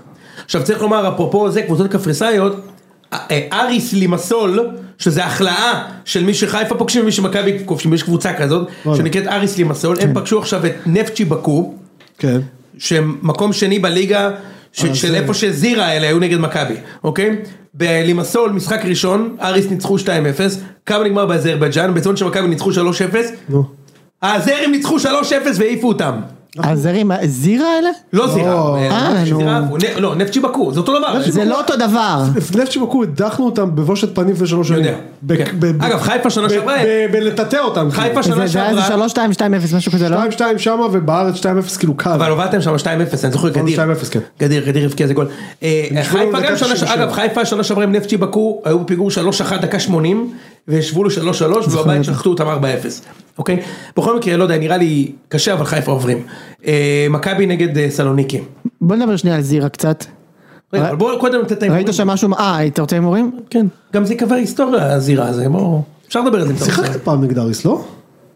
עכשיו צריך לומר, אפרופו זה, קבוצות קפריסאיות, א- אה, אריס לימסול, שזה החלאה של מי שחיפה פוגשים ומי שמכבי כובשים, יש קבוצה כזאת, שנקראת אריס לימסול, הם פגשו עכשיו את נפצ'י בקו, כן. שהם מקום שני בליגה ש- של איפה שזירה האלה היו נגד מכבי, אוקיי? בלימסול משחק ראשון, אריס ניצחו 2-0, כמה נגמר באזרבייג'אן, בצאן של מכבי ניצחו 3-0, נו. האזרים ניצחו 3-0 והעיפו אותם, הזרים, זירה אלה? לא זירה, לא. אה, אה, זירה, עפו. נו. נ- לא, נפצ'י בקו, זה אותו דבר, זה לא אותו דבר. לפני שבקו הדחנו אותם בבושת פנים ושלוש שנים. יודע. ב- כן. ב- ב- אגב, חיפה שנה ב- שעברה- ב- בלטאטא אותם. כן. חיפה זה שנה זה היה איזה שעברה, 3-2-2-0, משהו כזה, לא? 2-2 שמה ובארץ 2-0 כאילו קו. אבל הובלתם שם 2-0, אני זוכר גדיר, 2-0, כן. גדיר, גדיר הבקיע איזה גול, אה, נשברו חיפה בדקה גם שנה, 97. אגב חיפה שנה שעברה עם נפצ'י בקו, היו בפיגור 3-1 דקה 80, והשוו לו 3-3, נכון. ובבית שחטו אותם 4-0, אוקיי? בכל מקרה, לא יודע, נראה לי קשה, אבל חיפה עוברים. אה, מכבי נגד אה, סלוניקי. בוא נדבר שנייה על זירה קצת. רגע, אבל בואו קודם נתת את ההימורים. ראית שם משהו, אה, אתה רוצה הימורים? כן, גם זה יקבע היסטוריה, הזירה הזה, בואו. אפשר לדבר על זה. אם אתה רוצה. שיחקת פעם נגד אריס, לא?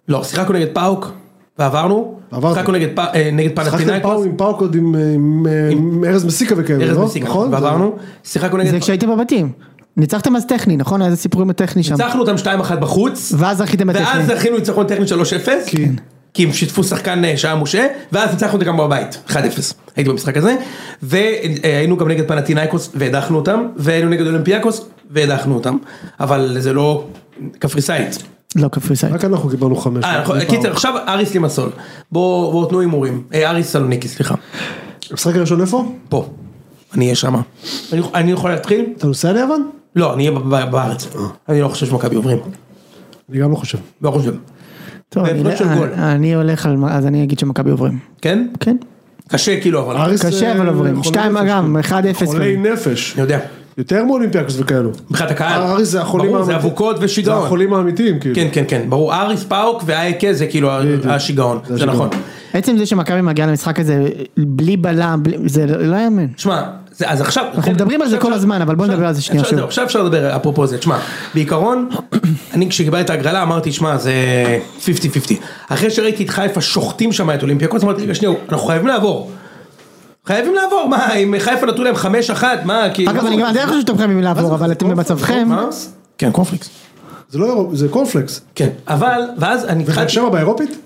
לא, שיחקנו נגד פאוק, ועברנו. עברנו. שיחקנו נגד פא- אה, נגד שיחקתם פנטינאיקוס. פעם עם פאוקוד עם- עם אה, עם ארז מסיקה וכאלה, ארז לא? מסיקה, נכון? ועברנו. שיחקנו נגד... זה כשהייתם בבתים. ניצחתם אז טכני, נכון? היה איזה סיפור עם הטכני שם. ניצחנו אותם 2-1 בחוץ. ואז זכיתם ואז בטכני. זכינו ניצחון טכני 3-0, כי הם שיתפו שחקן אה, שהיה משה, ואז ניצחנו אותם גם בבית, 1-0, הייתי במשחק הזה, והיינו גם נגד פנטינאיקוס והדחנו אותם, והיינו נגד אולימפיאקוס והדחנו אותם, אבל זה לא קפריסאית. לא, קפריסאי. רק אנחנו קיבלנו חמש. אה, נכון, קיצר, עכשיו אריס לימסול, בואו בואו תנו הימורים, אה, אריס סלוניקי, סליחה, המשחק הראשון איפה? פה, אני אהיה שמה. אני- אני יכול להתחיל? אתה נוסע ליוון? לא, אני אהיה ב- ב- בארץ, אני לא חושב שמכבי עוברים, אני גם לא חושב. לא חושב, טוב, אני- בהפרש של אני- גול. אה, אני הולך על, אז אני אגיד שמכבי עוברים. כן? כן? קשה כאילו, אבל אני אריס, קשה אה, אבל עוברים. חולי שתיים נפש. אגם, 1-0. חולי נפש. יודע. יותר מאולימפיאקוס וכאלו. מבחינת הקהל. אריס זה החולים ברור, זה האמיתיים. אבוקות זה ושיגעון. החולים האמיתיים, כאילו. כן, כן, כן, ברור. אריס פאוק ואייקה זה כאילו השיגעון, זה השיגעון. נכון. עצם זה שמכבי מגיעה למשחק הזה בלי בלם, בלי- זה לא יאמן. שמע, זה- אז עכשיו... אנחנו מדברים על זה כל הזמן, אבל בוא עכשיו- נדבר על זה שנייה עכשיו- שוב. זהו, עכשיו אפשר לדבר אפרופו זה. תשמע, בעיקרון, <clears throat> אני כשקיבלתי את ההגרלה אמרתי, שמע, זה 50-50. אחרי שראיתי את חיפה שוחטים שם את אולימפיאקוס, אמרתי, רגע, שנייה, אנחנו חייבים לעבור. חייבים לעבור, מה, אם חיפה נתנו להם 5-1, מה, כאילו... אגב, אני גם עדיין חושב שאתם חייבים לעבור, אבל אתם במצבכם. מה? כן, קונפליקס. זה לא אירופ- זה קורנפלקס. כן, אבל, ואז אני באר התחלתי... שבע באירופית?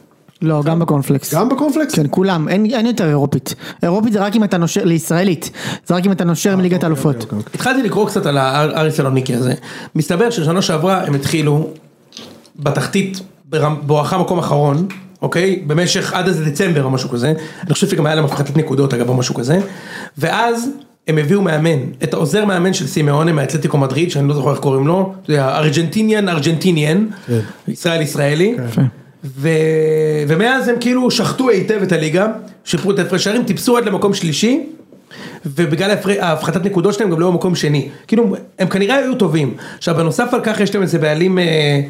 לא, גם בקונפלקס. גם בקורנפלקס? כן, כולם, אין אין יותר אירופית. אירופית זה רק אם אתה נושר, לישראלית, זה רק אם אתה נושר מליגת האלופות. התחלתי לקרוא קצת על הארי סלוניקי הזה, אה, מסתבר ששנה שעברה הם התחילו בתחתית ברמ- בואכה מקום אחרון, אוקיי? במשך עד איזה דצמבר או משהו כזה, אני חושב שגם היה להם הפחתת נקודות אגב או משהו כזה, ואז הם הביאו מאמן, את העוזר מאמן של סימאונה מאתלטיקו מדריד, שאני לא זוכר איך קוראים לו, זה הארגנטיניאן ארגנטיניאן, ישראל ישראלי, ו... ומאז הם כאילו שחטו היטב את הליגה, שיפרו את ההפרש שערים, טיפסו עד למקום שלישי, ובגלל ההפר- ההפחתת נקודות שלהם גם לא במקום שני. כאילו, הם כנראה היו טובים. עכשיו, בנוסף על כך יש להם איזה בעלים אה,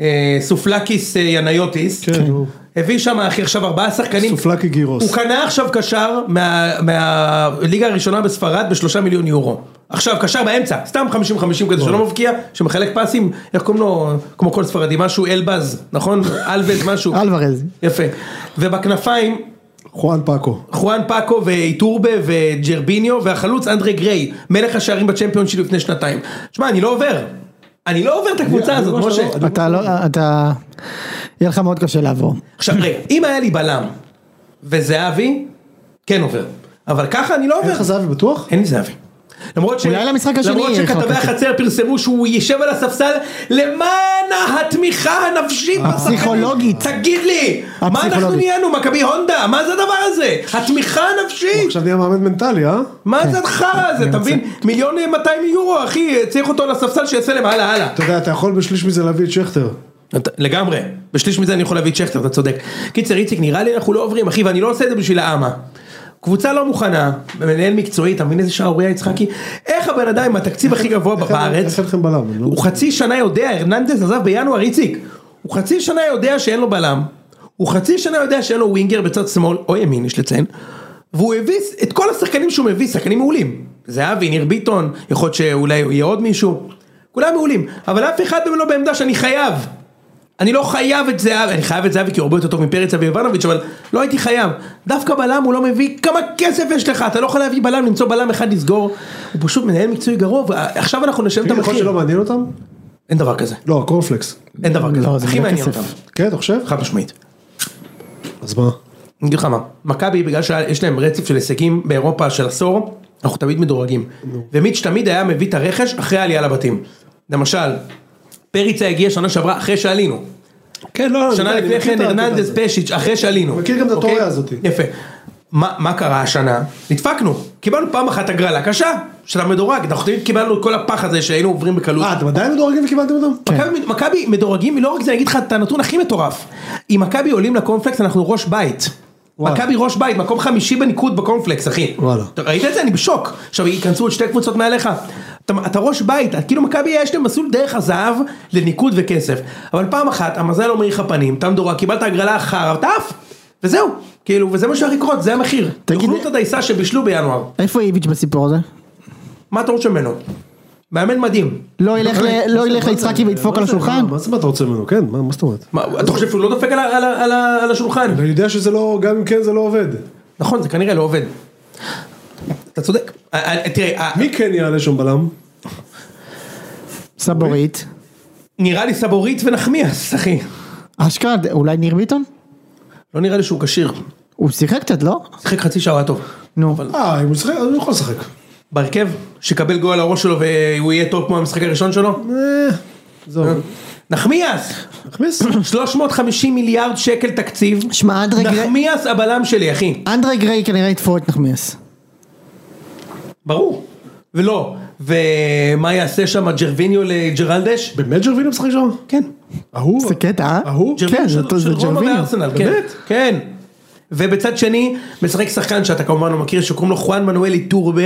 אה, סופלקיס אה, ינאיוטיס. כן, הוא- הביא שם אחי עכשיו ארבעה שחקנים. סופלקי גירוס. הוא קנה עכשיו קשר מה- מהליגה הראשונה בספרד בשלושה מיליון יורו. עכשיו קשר באמצע, סתם 50-50 כזה שלא מבקיע, שמחלק פסים, איך קוראים לו, כמו כל ספרדי, משהו אלבז, <laughs> נכון? אלבז משהו. אלוורז. יפה. ובכנפיים, חואן פאקו. חואן פאקו ואיטורבה וג'רביניו והחלוץ אנדרי גריי, מלך השערים בצ'מפיון שלי לפני שנתיים. שמע, אני לא עובר. אני לא עובר את הקבוצה אני הזאת, ממש משה. לא- אתה לא, אתה, יהיה לך מאוד קשה לעבור. עכשיו רגע, אם היה לי בלם וזהבי, כן עובר. אבל ככה אני לא אין עובר. לך זהבי בטוח? אין לי זהבי. למרות ש... אולי למשחק השני למרות יהיה לך שכתבי ככה. החצר פרסמו שהוא יישב על הספסל למען התמיכה הנפשית בשחקנים. הפסיכולוגית. תגיד לי, מה אנחנו הפסיכולוגית. נהיינו? מכבי הונדה? מה זה הדבר הזה? התמיכה הנפשית? עכשיו נהיה מאמן מנטלי, אה? כן. מה זה החרא הזה? אתה מבין? מיליון 200 יורו, אחי, צריך אותו על הספסל שיעשה להם הלאה הלאה. אתה יודע, אתה יכול בשליש מזה להביא את שכטר. אתה- לגמרי, בשליש מזה אני יכול להביא את שכטר, אתה צודק. קיצר, איציק, נראה לי אנחנו לא עוברים, אחי, ואני לא עושה את זה בשביל העמה. קבוצה לא מוכנה, מנהל מקצועי, אתה מבין איזה שערוריה יצחקי? איך הבן אדם עם התקציב הכי גבוה בארץ, איך אין לכם בלם? אני לא- הוא חצי שנה יודע, הרננדז עזב בינואר, איציק. הוא חצי שנה יודע שאין לו בלם, הוא חצי שנה יודע שאין לו ווינגר בצד שמאל, או ימין, יש לציין. והוא הביא את כל השחקנים שהוא מביא, שחקנים מעולים. זהבי, ניר ביטון, יכול להיות שאולי יהיה עוד מישהו. כולם מעולים, אבל אף אחד מהם לא בעמדה שאני חייב. אני לא חייב את זהבי, אני חייב את זהבי כי הוא הרבה יותר טוב מפרץ ויובנוביץ', אבל לא הייתי חייב. דווקא בלם הוא לא מביא, כמה כסף יש לך? אתה לא יכול להביא בלם, למצוא בלם אחד לסגור. הוא פשוט מנהל מקצועי גרוע, ועכשיו אנחנו נשלם את תגיד, כאילו, יכול להיות המחיר. שלא מעניין אותם? אין דבר כזה, לא, הקורנפלקס. אין דבר לא, כזה. זה הכי מלא מעניין כסף. אותם. כן, אתה חושב? חד משמעית. אז מה? אני אגיד לך מה, מכבי בגלל שיש להם רצף של הישגים באירופה של עשור, אנחנו תמיד מדורגים. ומיץ' תמיד היה מביא את הרכש אחרי העלייה לבתים. למשל, פריצה הגיע שנה שעברה אחרי שעלינו. כן, לא, שנה אני לפני מכיר את כן הקטע הרננדז הזה. פשיץ' אחרי שעלינו. מכיר גם את התיאוריה אוקיי? הזאת. יפה. מה מה קרה השנה? נדפקנו. קיבלנו פעם אחת הגרלה קשה, שאתה מדורג, אנחנו תמיד קיבלנו את כל הפח הזה שהיינו עוברים בקלות. אה, אתם עדיין מדורגים וקיבלתם אותם? מכבי- מכבי מדורגים, ולא רק זה, אני אגיד לך את הנתון הכי מטורף. אם מכבי עולים לקורנפלקס אנחנו ראש בית. וואלה. מכבי ראש בית, מקום חמישי בניקוד בקורנפלקס, אחי. וואלה. אתה ראית את זה? אני בשוק. עכשיו ייכנסו עוד שתי קבוצות מעליך. אתה, אתה ראש בית, את- כאילו מכבי יש להם מסלול דרך הזהב לניקוד וכסף. אבל פעם אחת, המזל לא מאיר לך פנים, אתה מדורג, קיבלת הגרלה אחר, אתה עף, וזהו. כאילו, וזה מה שהולך לקרות, זה המחיר. תגיד- תאכלו את הדייסה שבישלו בינואר. איפה איביץ' בסיפור הזה? מה אתה רוצה ממנו? מאמן מדהים. לא ילך ל- לא ילך ליצחקי וידפוק על מה זה- השולחן? מה זאת אומרת אתה רוצה ממנו? כן, מה מה זאת אומרת? מה, אתה חושב שהוא לא דופק על, ה- על, ה- על, ה- על השולחן? אני יודע שזה לא, גם אם כן זה לא עובד. נכון, זה כנראה לא עובד. אתה צודק. אה, אה, תראה, אה, מי כן יעלה שם בלם? סבורית. נראה לי סבורית ונחמיאס, אחי. אשכרה, אולי ניר ביטון? לא נראה לי שהוא כשיר. הוא הוא שיחק קצת, לא? שיחק חצי שעה הוא היה טוב. נו. אה, אם הוא ישחק, אז הוא יכול לשחק. בהרכב, שיקבל גול על הראש שלו והוא יהיה טוב כמו המשחק הראשון שלו. אה, זהו. נחמיאס! נכניס? 350 מיליארד שקל תקציב. שמע, אנדרי גריי- נחמיאס הבלם שלי, אחי. אנדרי גריי כנראה יתפור את נחמיאס. ברור. ולא. ומה יעשה שם ג'רביניו לג'רלדש? באמת ג'רווינו משחק שם? כן. ההוא? זה קטע, אה? ההוא? כן, ג'רביניו זה של- אותו- זה של רומא ג'רביניו. וארסנל, כן. באמת? כן. ובצד שני, משחק שחקן שאתה כמובן לא מכיר, שקוראים לו חואן מנואל איטורבה.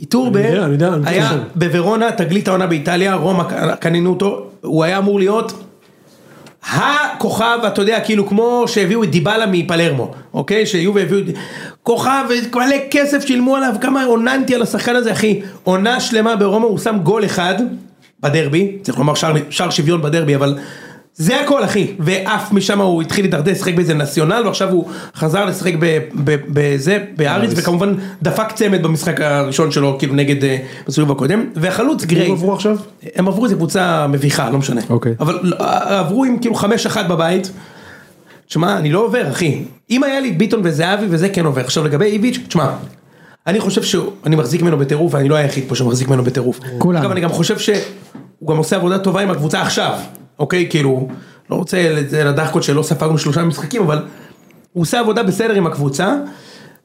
איטורבה אני יודע, אני יודע, אני היה זוכר. בוורונה, תגלית העונה באיטליה, רומא ק- קננו אותו, הוא היה אמור להיות הכוכב, אתה יודע, כאילו כמו שהביאו את דיבלה מפלרמו, אוקיי? שיובה הביאו את... כוכב, מלא כסף שילמו עליו, כמה עוננתי על השחקן הזה, אחי. עונה שלמה ברומא, הוא שם גול אחד בדרבי, צריך לומר שער, שער שוויון בדרבי, אבל זה הכל, אחי. ואף משם הוא התחיל להתדרדר, לשחק באיזה נציונל, ועכשיו הוא חזר לשחק ב- ב- בזה, באריס, וכמובן דפק צמד במשחק הראשון שלו, כאילו נגד, אה, בסיבוב הקודם. והחלוץ גריי. הם עברו עכשיו? הם עברו איזה קבוצה מביכה, לא משנה. אוקיי. אבל לא, עברו עם כאילו חמש אחת בבית. תשמע, אני לא עובר, אחי. אם היה לי ביטון וזהבי וזה כן עובר. עכשיו לגבי איביץ', תשמע, אני חושב שהוא, אני מחזיק ממנו בטירוף, ואני לא היחיד פה שמחזיק ממנו בטירוף. כולם. אגב, אני גם חושב שהוא גם עושה עבודה טובה עם הקבוצה עכשיו. אוקיי, כאילו, לא רוצה לזה לדחקות שלא ספגנו שלושה משחקים, אבל הוא עושה עבודה בסדר עם הקבוצה.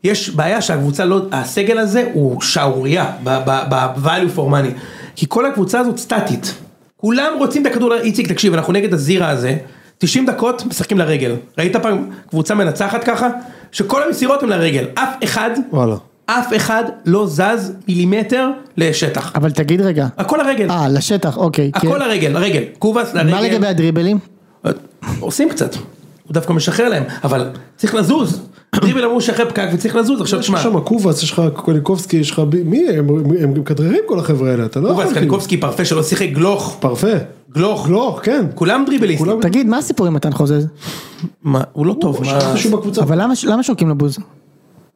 יש בעיה שהקבוצה לא, הסגל הזה הוא שערורייה ב-value for money. כי כל הקבוצה הזאת סטטית. כולם רוצים את הכדור, איציק תקשיב, אנחנו נגד הזירה הזה, 90 דקות משחקים לרגל. ראית פעם קבוצה מנצחת ככה? שכל המסירות הן לרגל. אף אחד, וואלה. אף אחד לא זז מילימטר לשטח. אבל תגיד רגע. הכל לרגל. אה, לשטח, אוקיי. כן. הכל לרגל, רגל. קובאס לרגל. מה לגבי הדריבלים? עושים קצת. הוא דווקא משחרר להם, אבל צריך לזוז. דריבל אמרו שאחרי פקק וצריך לזוז, עכשיו יש לך תשמע. שם קובאס, יש לך קוליקובסקי, יש לך... ב- מי הם? הם הם מכדררים כל החבר'ה האלה, אתה לא יכול... קובאס, כאילו. קניקובסקי, פרפה שלא שיחק, גלוך. פרפה. גלוך. גלוך, כן. כולם דריבליסטים. כולם- תגיד, מה הסיפור עם מתן חוזז? מה, הוא לא טוב. מה- שכחתי שהוא בקבוצה. אבל למה ש- למה שורקים לו בוז?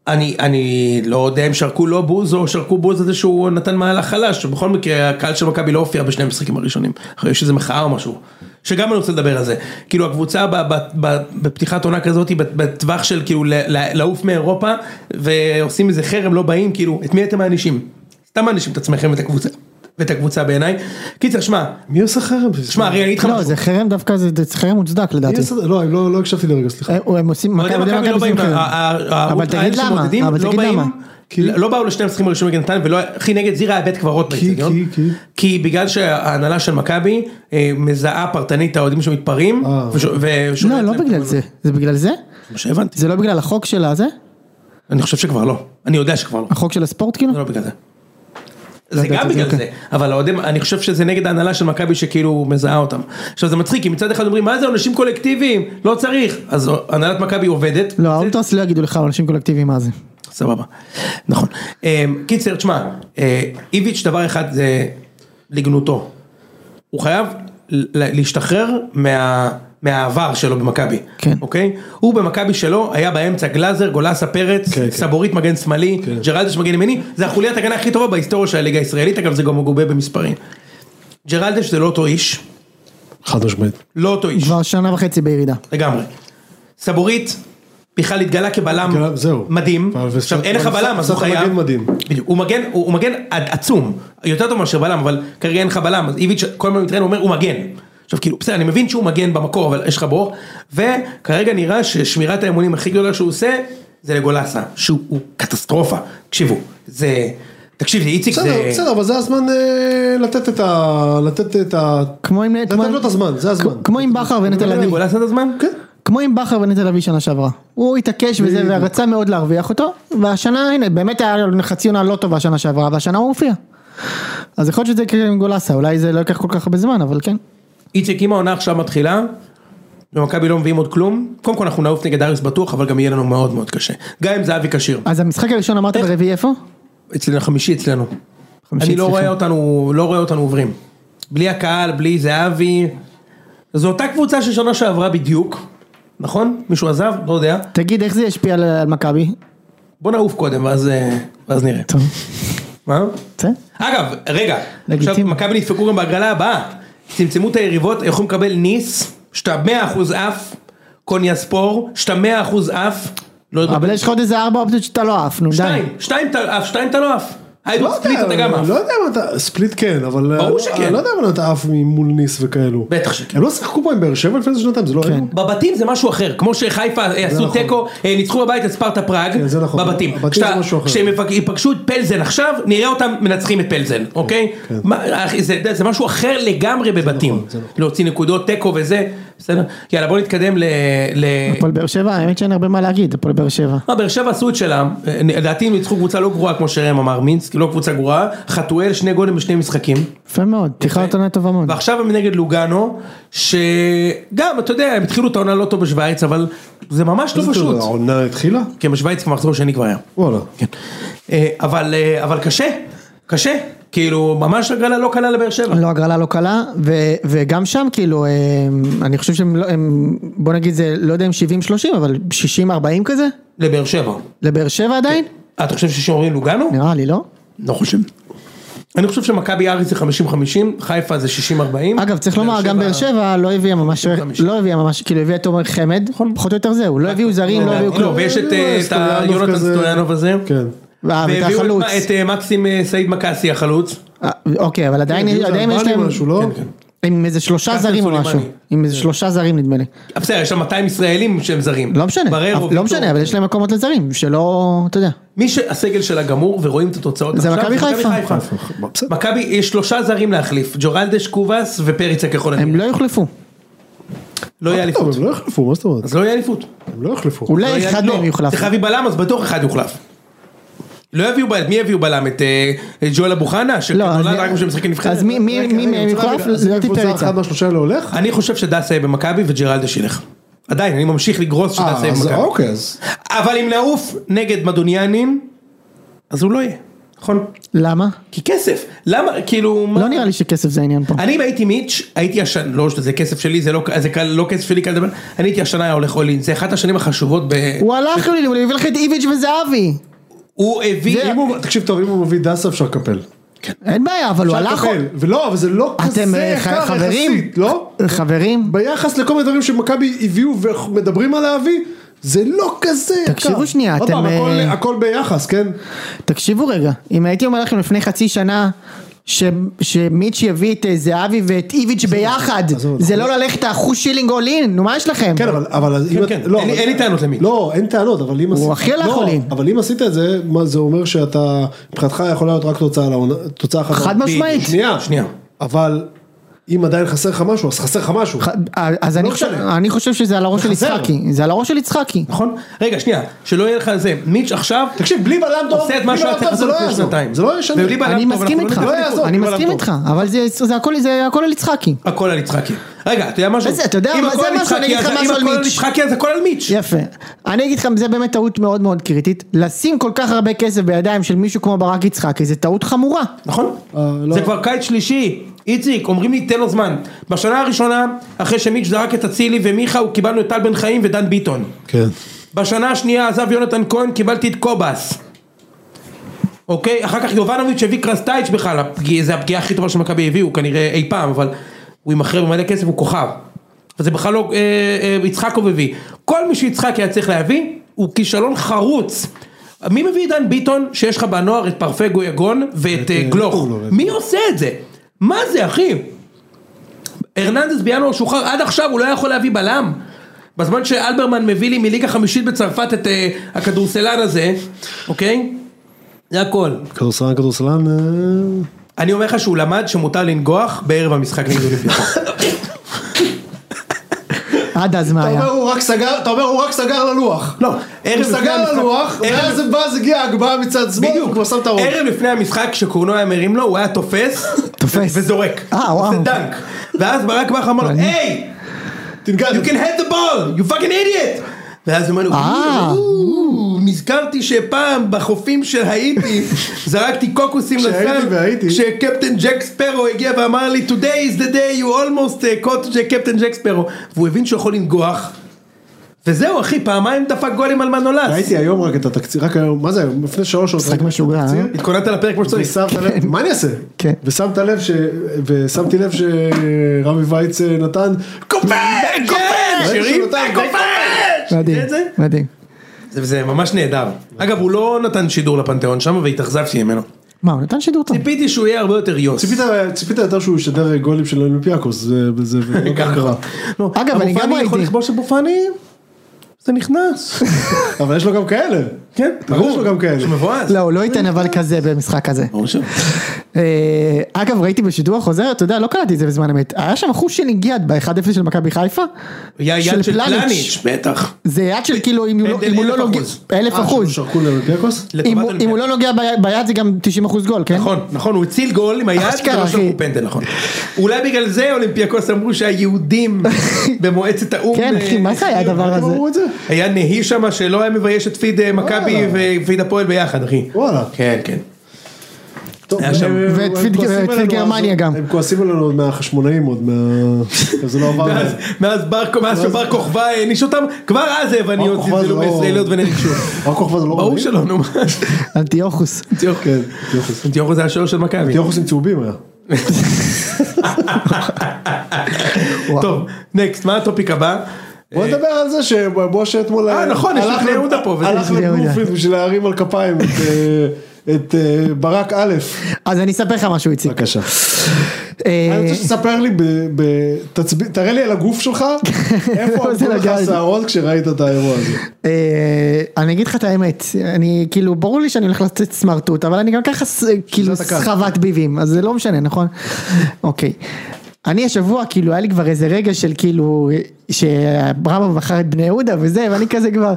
אני, אני לא יודע אם שרקו לו בוז או שרקו בוז על זה שהוא נתן מהלך חלש, בכל מקרה הקהל של מכבי לא הופיע בשני המשחקים הראשונים, אחרי שזה מחאה או משהו, שגם אני רוצה לדבר על זה, כאילו הקבוצה ב, ב, ב, בפתיחת עונה כזאת, היא בטווח של כאילו ל- ל- לעוף מאירופה, ועושים איזה חרם, לא באים, כאילו, את מי אתם מענישים? סתם מענישים את עצמכם ואת הקבוצה, ואת הקבוצה בעיניי. קיצר, שמע, מי עושה חרם? שמע, ארי, אני אגיד לך לא, משהו. זה חרם דווקא, זה זה חרם מוצדק מי לדעתי. עושה- לא, אני לא לא הקשבתי לרגע, סליחה. אה, הם- הם עושים, אוהדי מכבי מכבי לא עושים באים, חרם. ה- ה- ה- כן. אבל האלה תגיד למה, אה, שמודדים אבל לא תגיד באים, למה. לא באו לשני המשחקים הראשונים נגד נתניה ולא, אחי נגד זירה היה בית קברות באצטדיון, כי- כי? כי בגלל שההנהלה של מכבי אה, מזהה פרטנית את האוהדים שמתפרעים, אה. וש- ושולחת לא, לא להם- בגלל זה. זה בגלל זה? מה שהבנתי, זה לא בגלל החוק של הזה? אני חושב שכבר לא, אני יודע שכבר לא, החוק של הספורט כאילו? זה לא בגלל זה. זה ידעתי, גם בגלל אוקיי. זה, אבל האוהדים, אני חושב שזה נגד ההנהלה של מכבי שכאילו מזהה אותם. עכשיו זה מצחיק, כי מצד אחד אומרים מה זה עונשים קולקטיביים, לא צריך, אז הנהלת מכבי עובדת, לא, האולטרס לא יגידו לך עונשים קולקטיביים מה זה. סבבה, נכון. אמ, קיצר, תשמע, אה, איביץ' דבר אחד זה לגנותו. הוא חייב ל- ל- להשתחרר מה... מהעבר שלו במכבי, כן. אוקיי? הוא במכבי שלו היה באמצע גלאזר, גולסה פרץ, כן. סבורית מגן שמאלי, ג'רלדש מגן ימיני, זה החוליית הגנה הכי טובה בהיסטוריה של הליגה הישראלית, אגב זה גם מגובה במספרים. ג'רלדש זה לא אותו איש, חד משמעית. לא אותו איש, כבר שנה וחצי בירידה. לגמרי. סבורית בכלל התגלה כבלם התגלה- זהו. מדהים, אבל וסק- עכשיו אין לך אבל בלם סק- אז הוא סק הוא חייב, מגן מדהים. בדיוק, הוא מגן, הוא הוא מגן עד- עצום, יותר טוב מאשר בלם אבל כרגע אין לך בלם, אז איביץ' כל הזמן מתראיין הוא אומר הוא מגן, עכשיו כאילו בסדר אני מבין שהוא מגן במקור אבל יש לך בור, וכרגע נראה ששמירת האמונים הכי גדולה שהוא עושה זה לגולסה, שהוא הוא קטסטרופה, תקשיבו, זה, תקשיב זה איציק, בסדר, זה- בסדר, אבל זה הזמן אה, לתת את ה... לתת את ה... כמו עם... לתת כמו- לו את הזמן, זה הזמן. לא כמו עם בכר ונטע אתה יודע, לביא. לגולסה את הזמן? כן. כמו עם בכר ונטע לביא שנה שעברה. הוא התעקש וזה, ורצה מאוד להרוויח אותו, והשנה, הנה, באמת היה לו חצי עונה לא טובה שנה שעברה, והשנה הוא הופיע. אז יכול להיות שזה יקרה עם גולסה, אולי זה לא ייקח כל כך הרבה זמן, אבל כן. איציק אם העונה עכשיו מתחילה ומכבי לא מביאים עוד כלום קודם כל אנחנו נעוף נגד אריס בטוח אבל גם יהיה לנו מאוד מאוד קשה גם אם זה אבי כשיר אז המשחק הראשון אמרת ברביעי איפה? אצלנו חמישי אצלנו חמישי, אני לא סליחה. רואה אותנו לא רואה אותנו עוברים בלי הקהל בלי זהבי זו אותה קבוצה של שנה שעברה בדיוק נכון מישהו עזב לא יודע תגיד, איך זה ישפיע על- על מכבי? בוא נעוף קודם ואז אה, ואז נראה טוב, מה? בסדר. אגב, רגע, לגיטימי. עכשיו מכבי נדפקו גם בהגרלה הבאה, צמצמו את היריבות, הם יכולים לקבל ניס, שאתה 100% עף, קוניה ספור, שאתה 100% עף, לא יודע, אבל יש לך עוד איזה ארבע אופציות שאתה לא עף, נו די. שתיים, שתיים אתה עף, שתיים אתה לא עף, לא היידו יודע, ספליט אתה גם עף, לא יודע אם אתה... ספליט כן, אבל... אה, ברור לא- שכן. אני לא יודע אם אתה עף מול ניס וכאלו. בטח שכן. כן. הם לא שיחקו פה עם באר שבע לפני איזה שנתיים, זה לא היה? בבתים זה משהו אחר, כמו שחיפה אה, עשו נכון. תיקו, אה, ניצחו בבית את ספרטה פראג, כן, זה נכון. בבתים, הבתים כשאתה- זה משהו אחר. כשהם יפג- יפגשו את פלזן עכשיו, נראה אותם מנצחים את פלזן, אוקיי? מה, אחי, זה זה משהו אחר לגמרי בבתים, נכון, כן, זה נכון. להוציא נקודות תיקו וזה, בסדר, יאללה בוא נתקדם ל... ל- הפועל באר שבע, האמת שאין הרבה מה להגיד, הפועל באר שבע. מה, באר שבע עשו את שלהם, אה, לדעתי הם ניצחו קבוצה לא גרועה כמו שראם אמר, מינסק לא קבוצה גרועה, חתואל שני גולים בשני משחקים, יפה מאוד, פתיחת עונה טובה מאוד. ועכשיו הם נגד לוגאנו, שגם, אתה יודע, הם התחילו את העונה לא טוב בשוויץ, אבל זה ממש לא איזה פשוט, טוב, העונה התחילה? כן בשוויץ כבר מחזור שני כבר היה, וואלה. כן. אה, אבל אה, אבל קשה, קשה, כאילו ממש הגרלה לא קלה לבאר שבע, לא, הגרלה לא קלה, ו- וגם שם כאילו, אה, אני חושב שהם, לא- הם- בוא נגיד זה, לא יודע אם 70-30, אבל 60-40 כזה? לבאר שבע, לבאר שבע עדיין? אה, אתה חושב ששומרים לוגאנו? נראה לי, לא? לא חושב. אני חושב שמכבי אריס זה 50-50, חיפה זה 60-40. אגב, צריך לומר, גם באר שבע לא הביאה ממש, לא הביאה ממש, כאילו הביאה את תומר חמד, פחות או יותר זהו, לא הביאו זרים, לא הביאו נכון. לא, כלום. ויש את אה, את ה- סטויאנוב יונתן כזה. סטויאנוב הזה. כן. אה, ואת לא. והביאו את החלוץ. מה- את אה, מקסים אה, סעיד מקאסי החלוץ. אה, אוקיי, אבל עדיין הביאו עדיין יש זרבני להם, משהו, לא? כן. עם איזה שלושה קאסם זרים או סולימני. כן. משהו, עם איזה שלושה זרים נדמה לי. אה, בסדר, יש שם 200 ישראלים שהם זרים. לא משנה, בררו, לא ויטור. משנה, אבל יש להם מקומות לזרים, שלא, אתה יודע. מי שהסגל שלה גמור ורואים את התוצאות זה עכשיו, מכבי חיפה. חיפה, בסדר. מכבי, לא- יש שלושה זרים להחליף, ג'ורלדש, קובאס ופריצה ככל הנראה. הם לא יוחלפו. לא יהיה מה פתאום, אליפות. הם לא יחלפו, מה זאת אומרת? אז לא יהיה אליפות. הם לא יחלפו. לא אולי יהיה- אחד לא, מהם יוחלף. צריך להביא בלם, אז בטוח אחד יוחלף. לא יביאו בלם, מי יביאו בלם? את אה, את ג'ואל אבו חנה? לא, <laughs> אז- שכנולד רק בשביל משחקים נבחרת? אז מי- מי מי מהם יוחלף? זה לדעתי קבוצה פריצה. אחת לא- מהשלושה האלה הולך? אה, אני חושב שדסה יהיה במכבי וג'רלדש ילך. עדיין, אני ממשיך לגרוס אה, שדסה יהיה אז במכבי. אוקיי, אז... אבל אם נעוף נגד מדוניאנים, אז הוא לא יהיה, נכון? למה? כי כסף, למה, כאילו... מה- לא נראה לי שכסף זה העניין פה. אני אם הייתי מיץ', הייתי השנה, לא שזה כסף שלי, זה לא, זה קל, לא כסף שלי, קל לדבר, אני הייתי השנה היה הולך אולין, זה אחת השנים החשובות ב... הוא הלך לי, הוא הביא לך את איביץ' וזהבי. הוא הביא... אם הוא- תקשיב טוב, אם הוא מביא דסה אפשר לקפל. אין בעיה, אבל הוא אפשר הלך... לקפל. ולא, אבל זה לא כזה לא אתם אה, יקר ח- חברים? אה, יחסית, לא? חברים? ביחס לכל מיני דברים שמכבי הביאו ומדברים על להביא, זה לא כזה יקר. תקשיבו שנייה, עוד אתם, פעם, הכל- אה, הכל ביחס, כן? תקשיבו רגע, אם הייתי אומר לכם לפני חצי שנה ש- שמיץ' יביא את אה, זהבי ואת איביץ' ביחד, עזוב, זה לא ללכת אחוז שילינג אול אין, נו מה יש לכם? כן, אבל... אבל אם את- כן, לא, אין לי- אבל- אין לי טענות למיץ'. לא, אין טענות, אבל אם עשית... הכי הלך לא, עולים. אבל אם עשית את זה, מה זה אומר שאתה... מבחינתך יכולה להיות רק תוצאה לעונה- תוצאה אחת. חד לעונה. משמעית. שנייה. שנייה. אבל אם עדיין חסר לך משהו, אז חסר לך משהו. ח- אה, אז אני לא חושב- משנה. אני חושב שזה על הראש של חסר. יצחקי, זה על הראש של יצחקי. נכון? רגע, שנייה, שלא יהיה לך זה, מיץ' עכשיו... תקשיב, בלי בלם טוב, עושה את בלי מה שהיה בלם צריך טוב זה לעשות לא לפני יעזור. שנתיים. זה לא ישנה. ובלי בלם אני טוב, אנחנו מסכים לא איתך, ניקח לא יעזור, אני אבל מסכים טוב. איתך, אבל זה- זה הכל- זה הכל על יצחקי. הכל על יצחקי. רגע, אתה יודע משהו? וזה, אתה יודע אם מה, הכל זה על משהו, יצחקי, אני אגיד לך אז- משהו אם על הכל על מיץ'. יצחקי אז הכל על מיץ'. יפה. אני אגיד לכם, זה באמת טעות מאוד מאוד קריטית. לשים כל כך הרבה כסף בידיים של מישהו כמו ברק יצחקי, זה טעות חמורה. נכון? אה, לא. זה כבר קיץ שלישי. איציק, אומרים לי תן לו זמן. בשנה הראשונה, אחרי שמיץ' זרק את אצילי ומיכה, הוא קיבלנו את טל בן חיים ודן ביטון. כן. בשנה השנייה עזב יונתן כהן, קיבלתי את קובאס. אוקיי? אחר כך יובנוביץ' הביא קרסטייץ' בכלל, הפגיע, זה הפגיעה הכי טובה שמכבי הביאו כנראה אי פעם, אבל הוא ימכר במלא כסף, הוא כוכב. וזה בכלל לא אה, אה, יצחקוב הביא. כל מי שיצחק היה צריך להביא, הוא כישלון חרוץ. מי מביא את דן ביטון, שיש לך בנוער את פרפה גויגון ואת אה, גלוך? אורלוב. מי עושה את זה? מה זה אחי? הרננדז בינואר שוחרר, עד עכשיו הוא לא יכול להביא בלם. בזמן שאלברמן מביא לי מליגה חמישית בצרפת את אה, הכדורסלן הזה, אוקיי? זה הכל. כדורסלן, כדורסלן... אה, אני אומר לך שהוא למד שמותר לנגוח בערב המשחק נגד אולימפיאקוס. עד אז מה אתה היה? אומר הוא רק סגר, אתה אומר הוא רק סגר ללוח. לא, ערב הוא לפני סגר המשחק- ללוח, ערב- ואז ואז הגיעה ההגבהה מצד שמאל, הוא כבר שם את הראש. ערב לפני המשחק כשקורנו היה מרים לו, הוא היה תופס, תופס. וזורק. אה, וואו. עושה דנק. ואז ברק בכר אמר לו, היי, תנגד. you can head the ball, you fucking idiot. ואז הוא אומר לו, אה. "אוו, נזכרתי שפעם בחופים של <laughs> האיטי זרקתי קוקוסים כשהייתי לסל, בהאיטי." כשקפטן ג'ק ספרו הגיע ואמר לי, today is the day you almost uh, caught קפטן ג'ק ספרו, והוא הבין שהוא יכול לנגוח, וזהו אחי, פעמיים דפק גולים על מנולס. ראיתי היום רק את התקציר, רק היום, מה זה היום? לפני שלוש שעות. משחק ראיתי את משוגע, התקציר, אה? התכוננת לפרק כמו שצריך. ושמת לב, מה אני אעשה? כן. ושמת לב ש... ושמתי לב שרמי וייץ אה, נתן קופן! קופן! שירים שנתיים, די קופן! מדהים, זה- זה- מדהים. זה ממש נהדר. אגב, הוא לא נתן שידור לפנתיאון שם והתאכזבתי ממנו. מה, הוא נתן שידור טוב. ציפיתי שהוא יהיה הרבה יותר יוס. ציפית, ציפית יותר שהוא ישדר אה, גולים של אולימפיאקוס, זה <laughs> זה לא ככה. קרה. לא, אגב, אני גם אבו פאני יכול ראיתי. לכבוש אבו פאני? זה נכנס. אבל יש לו גם כאלה. <laughs> כן, ברור. יש לו גם כאלה. שהוא מבואז. לא, הוא לא ייתן אבל כזה במשחק הזה. ברור שלא. אה, אגב, ראיתי בשידור החוזר, אתה יודע, לא קלטתי את זה בזמן אמת. היה שם אחוז של יד ב-1-0 של מכבי חיפה? היה יד של פלניץ', בטח. זה יד של כאילו, אם הוא לא- פנדל אם הוא לא אלף נוגע... אחוז. אלף אה, שהם אחוז. שרקו לאולימפיאקוס? אם לטובת הוא- אם הוא אולימפיאקוס. לא נוגע ב- ביד זה גם 90 אחוז גול, כן? נכון, נכון, הוא הציל גול עם היד, אשכרה, שלא אחי. שלחו פנדל, נכון. אולי בגלל זה אולימפיאקוס אמרו <laughs> שהיהודים במועצת האו"ם... אה, כן, אחי, מה זה היה הדבר הם הזה? אמרו את זה? היה נהי שם שלא היה מבייש את פיד אה, מכבי וואלה. ופיד הפועל ביחד, אחי. וואלה. כן, כן. טוב, היה שם- הם- ואת הם פיל- כועסים ואת פיל עלינו, גרמניה אז- גם. הם כועסים עלינו עוד מהחשמונאים, עוד מה... זה לא <laughs> עבר. מאז- להם. מאז בר- מאז שבר כוכבא העניש אותם, כבר אז היווניות בר כוכבא זה זלזלו לא- בישראליות ונרגשו. <laughs> בר כוכבא זה לא ברור רבים? שלא, נו מה. אנטיוכוס. כן, תיוכוס. אנטיוכוס זה השוער של מכבי. תיוכוס עם צהובים היה. טוב, נקסט, מה הטופיק הבא? בוא נדבר על זה שמשה אתמול... אה, נכון, יש הלך לבני לב- יהודה פה, וזה- הלך בני יהודה. לבלומפילד בשביל להרים על כפיים את, אה, את אה, ברק א'. אז אני אספר לך משהו, איציק. בבקשה. אוקיי. אה, אני רוצה שתספר לי, ב, ב, תצב... תראה לי על הגוף שלך, <laughs> איפה זה עמדו לך לגעת. השערות כשראית את האירוע הזה. אה, אני אגיד לך את האמת, אני כאילו, ברור לי שאני הולך לתת סמרטוט, אבל אני גם ככה ס- כאילו אתה כאן. סחבת ביבים, אז זה לא משנה, נכון? אוקיי. אני השבוע, כאילו, היה לי כבר איזה רגע של כאילו, שברמה מכר את בני יהודה וזה, ואני כזה כבר,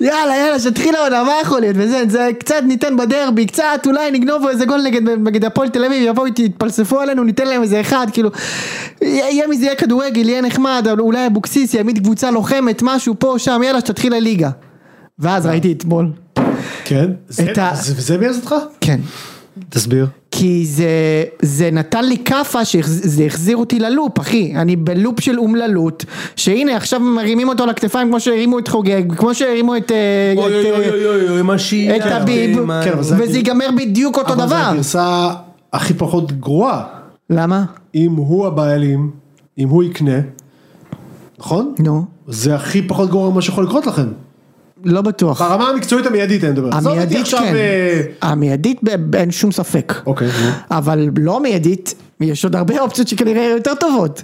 יאללה, יאללה, שתתחיל העונה, מה יכול להיות, וזה, זה קצת ניתן בדרבי, קצת, אולי נגנוב איזה גול נגד, נגד הפועל תל אביב, יבואו איתי, יתפלספו עלינו, ניתן להם איזה אחד, כאילו, יהיה מזה, יהיה כדורגל, יהיה נחמד, אבל אולי אבוקסיס יעמיד קבוצה לוחמת, משהו פה, שם, יאללה, שתתחיל הליגה. ואז ראיתי אתמול, כן? את ה- זה ביאס אותך? כן. תסביר. כי זה, זה נתן לי כאפה שזה החזיר אותי ללופ, אחי. אני בלופ של אומללות, שהנה עכשיו מרימים אותו על הכתפיים כמו שהרימו את חוגג, כמו שהרימו את... אה, אוי את, אוי אה, אוי אוי אוי אוי, מה שיהיה. אה, את אביב, מה- כן, אבל זה וזה הגיל- ייגמר בדיוק אותו אבל זו דבר. הגרסה הכי פחות גרועה. למה? אם הוא הבעלים, אם הוא יקנה, נכון? נו. זה הכי פחות גרוע ממה שיכול לקרות לכם. לא בטוח. ברמה המקצועית המיידית אני מדבר. עזוב אותי המיידית עכשיו, כן. אה, המיידית ב- אין שום ספק. אוקיי, נו. אבל לא מיידית, יש עוד הרבה אופציות שכנראה יהיו יותר טובות.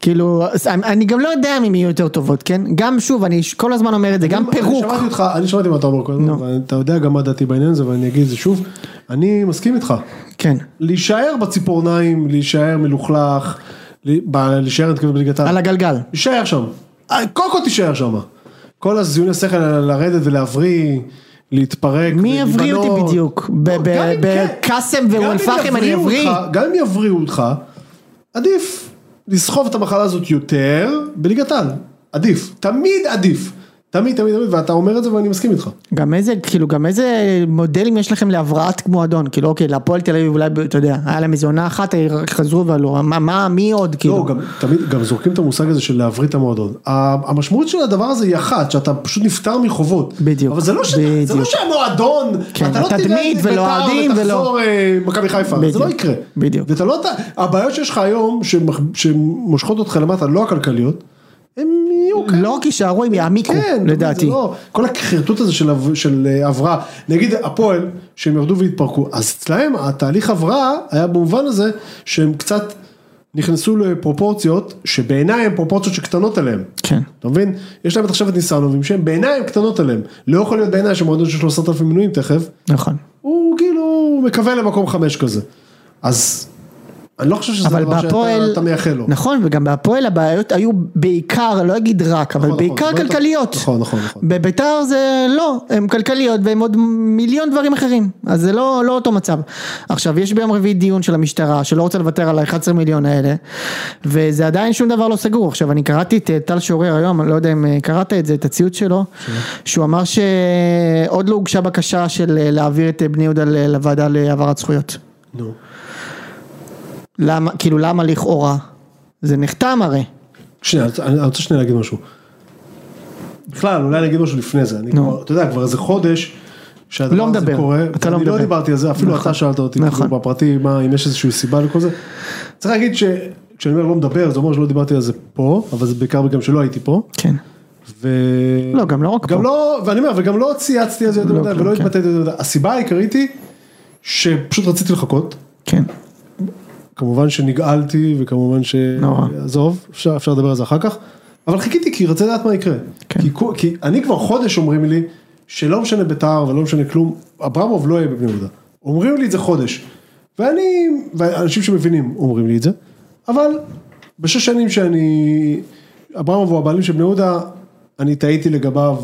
כאילו, אז אני אני גם לא יודע אם יהיו יותר טובות, כן? גם שוב, אני ש- כל הזמן אומר את זה, גם אני פירוק. שמעתי אותך, אני שמעתי מה אתה אומר קודם, נו. ואתה יודע גם מה דעתי בעניין הזה, ואני אגיד את זה שוב. אני מסכים איתך. כן. להישאר בציפורניים, להישאר מלוכלך, ל- ב- להישאר אני מתכוון בליגת העל. על הגלגל. תישאר שם. אה, קודם כל תישאר שם. כל הזיון השכל האלה, לרדת ולהבריא, להתפרק. מי יבריא ולהיבנות. אותי בדיוק? ב- לא, ב- גם אם כן. בקאסם גם אם ואום אל-פחם אני יבריאו אבריא? אותך- גם אם יבריאו אותך, עדיף לסחוב את המחלה הזאת יותר בליגת העל. עדיף. תמיד עדיף. תמיד, תמיד, תמיד, ואתה אומר את זה ואני מסכים איתך. גם איזה, כאילו, גם איזה מודלים יש לכם להבראת מועדון? כאילו, אוקיי, להפועל תל אביב אולי, אתה יודע, היה להם איזה עונה אחת, אה, חזרו ועלו, מה, מה, מי עוד, לא, כאילו? גם, תמיד, גם זורקים את המושג הזה של להבריא את המועדון. ה- המשמעות של הדבר הזה היא אחת, שאתה פשוט נפטר מחובות. בדיוק, אבל זה לא, ש... זה לא בדיוק. שהמועדון, כן, אתה לא התדמית תראה את ולא אוהדים בית"ר ולא- ותחזור אה, מכבי חיפה, זה בדיוק, לא יקרה. בדיוק. ואתה לא, ת- הבעיות שיש לך היום, שמח- שמושכות אותך למטה, לא הכלכליות, הם יהיו כאלה. לא, כי שערו הם יעמיקו, כן, אתה יודע, זה לדעתי. לא- כל החרטוט הזה של, הב- של אה, הבראה, נגיד הפועל, שהם ירדו והתפרקו, אז אצלהם התהליך הבראה היה במובן הזה שהם קצת נכנסו לפרופורציות, שבעיניי הן פרופורציות שקטנות עליהם. כן. אתה מבין? יש להם עכשיו את ניסנובים שהם בעיניי הם קטנות עליהם. לא יכול להיות בעיניי שמועדון של 3,000 מינויים תכף, נכון. הוא כאילו מקווה למקום חמש כזה. אז אני לא חושב שזה אבל דבר בהפועל, שאתה אתה מייחל לו. נכון, וגם בהפועל הבעיות היו בעיקר, לא אגיד רק, אבל נכון, בעיקר נכון, כלכליות. נכון, נכון, נכון. בביתר זה לא, הם כלכליות והם עוד מיליון דברים אחרים, אז זה לא, לא אותו מצב. עכשיו, יש ביום רביעי דיון של המשטרה, שלא רוצה לוותר על ה-11 מיליון האלה, וזה עדיין שום דבר לא סגור. עכשיו, אני קראתי את אה, טל שורר היום, אני לא יודע אם אה, קראת את זה, את הציוץ שלו, שהוא אמר שעוד לא הוגשה בקשה של אה, להעביר את אה, בני יהודה ל- לוועדה להעברת זכויות. נו. למה, כאילו למה לכאורה? זה נחתם הרי. שנייה, אני אני רוצה שנייה להגיד משהו. בכלל, אולי אני אגיד משהו לפני זה. אני נו. כבר, אתה יודע, כבר איזה חודש שהדבר לא הזה מדבר, קורה. אתה לא אני לא מדבר. דיברתי על זה, אפילו נכון. אתה שאלת אותי נכון. כאילו בפרטי, מה, אם יש איזושהי סיבה לכל זה. צריך להגיד שכשאני אומר לא מדבר, זה אומר שלא דיברתי על זה פה, אבל זה בעיקר בגלל שלא הייתי פה. כן. ו... לא, גם לא רק גם פה. לא, ואני אומר, וגם לא צייצתי על זה יותר לא, מדי, כן, ולא כן. התבטאתי על זה יותר מדי. הסיבה העיקרית היא שפשוט רציתי לחכות. כן. כמובן שנגעלתי וכמובן ש... נורא. עזוב, אפשר, אפשר לדבר על זה אחר כך. אבל חיכיתי כי רציתי לדעת מה יקרה. כן. כי, כל- כי אני כבר חודש אומרים לי שלא משנה בית"ר ולא משנה כלום, אברמוב לא יהיה בבני יהודה. אומרים לי את זה חודש. ואני, ואנשים שמבינים אומרים לי את זה, אבל בשש שנים שאני, אברמוב הוא הבעלים של בני יהודה, אני טעיתי לגביו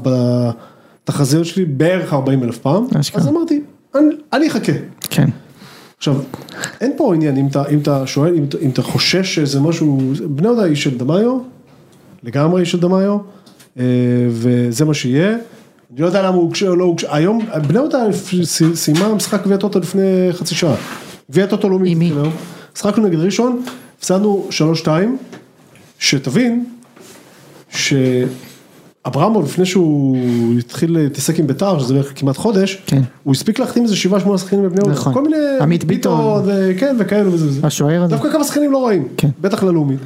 בתחזיות שלי בערך 40 אלף פעם, אשכרה. אז אמרתי, אני, אני אחכה. כן. עכשיו, אין פה עניין, אם אתה, אם אתה שואל, אם, אתה- אם אתה חושש שזה משהו, בני יהודה היא של דמאיו, לגמרי היא של דמאיו, אה, וזה מה שיהיה. אני לא יודע למה הוא הוגשה או לא הוגשה, היום, בני יהודה סי- סיימה משחק גביע טוטו לפני חצי שעה. גביע טוטו לא לאומי. עם מי? התחיל היום. משחקנו נגד ראשון, הפסדנו 3-2, שתבין, שאברמוב לפני שהוא התחיל להתעסק עם ביתר, שזה בערך כמעט חודש, כן. הוא הספיק להחתים איזה שבעה שמונה שחקנים בבני יהודה, נכון. כל מיני, עמית ביטון. ו- כן וכאלה וזה וזה, השוער הזה. דווקא כמה שחקנים לא רעים, כן. בטח ללאומית,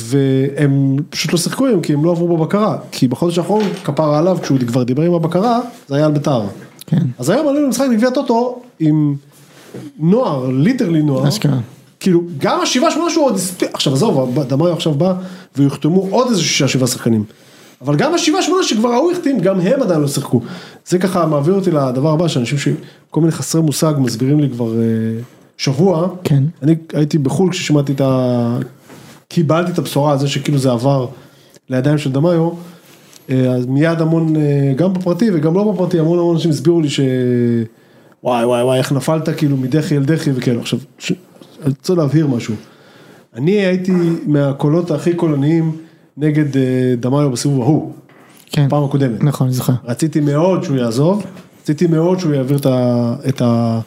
והם פשוט לא שיחקו היום כי הם לא עברו בבקרה, כי בחודש האחרון כפרה עליו כשהוא כבר דיבר עם הבקרה, זה היה על ביתר, כן. אז היום עלינו למשחק בגביע טוטו עם נוער, ליטרלי נוער, אשכרה. כאילו גם השבעה שמונה שהוא עוד הספיק, עכשיו עזוב, דמרי עכשיו בא ויחתמו עוד איזה שישה שבעה שחקנים. אבל גם השבעה שמונה שכבר ההוא החתים, גם הם עדיין לא שיחקו. זה ככה מעביר אותי לדבר הבא, שאנשים שכל מיני חסרי מושג מסבירים לי כבר אה, שבוע, כן. אני הייתי בחו"ל כששמעתי את ה... קיבלתי את הבשורה על זה שכאילו זה עבר לידיים של דמאיו, אה, אז מיד המון, אה, גם בפרטי וגם לא בפרטי, המון המון אנשים הסבירו לי ש... וואי וואי וואי, איך נפלת כאילו מדחי אל דחי וכאלה. עכשיו, ש... אני רוצה להבהיר משהו. אני הייתי מהקולות הכי קולניים נגד אה, דמאיו בסיבוב ההוא, כן. פעם הקודמת. נכון, אני זוכר. רציתי מאוד שהוא יעזוב, רציתי מאוד שהוא יעביר את, ה, את, ה,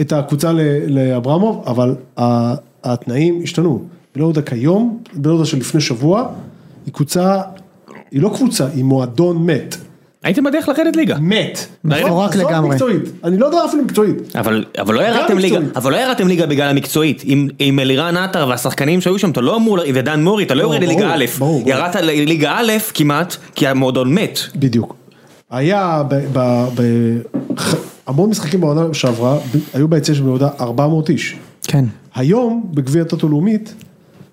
את הקבוצה ל- לאברמוב, אבל ה, התנאים השתנו. בני יהודה כיום, בני יהודה של לפני שבוע, היא קבוצה, היא לא קבוצה, היא מועדון מת. הייתם בדרך לרדת ליגה. מת. מפורק עזוב לגמרי. מקצועית, אני לא יודע אפילו מקצועית. אבל, אבל לא ירדתם ליגה, מקצועית. אבל לא ירדתם ליגה בגלל המקצועית, עם, עם אלירן עטר והשחקנים שהיו שם, אתה לא אמור, ל- ודן מורי, אתה לא ברור, יורד לליגה ברור, א', ברור, ברור. ירדת לליגה א' כמעט, כי המועדון מת. בדיוק. היה ב- ב- ב- ח- המון משחקים בעונה שעברה, ב- היו ביציע של בני יהודה 400 איש. כן. היום, בגביע טוטו לאומית,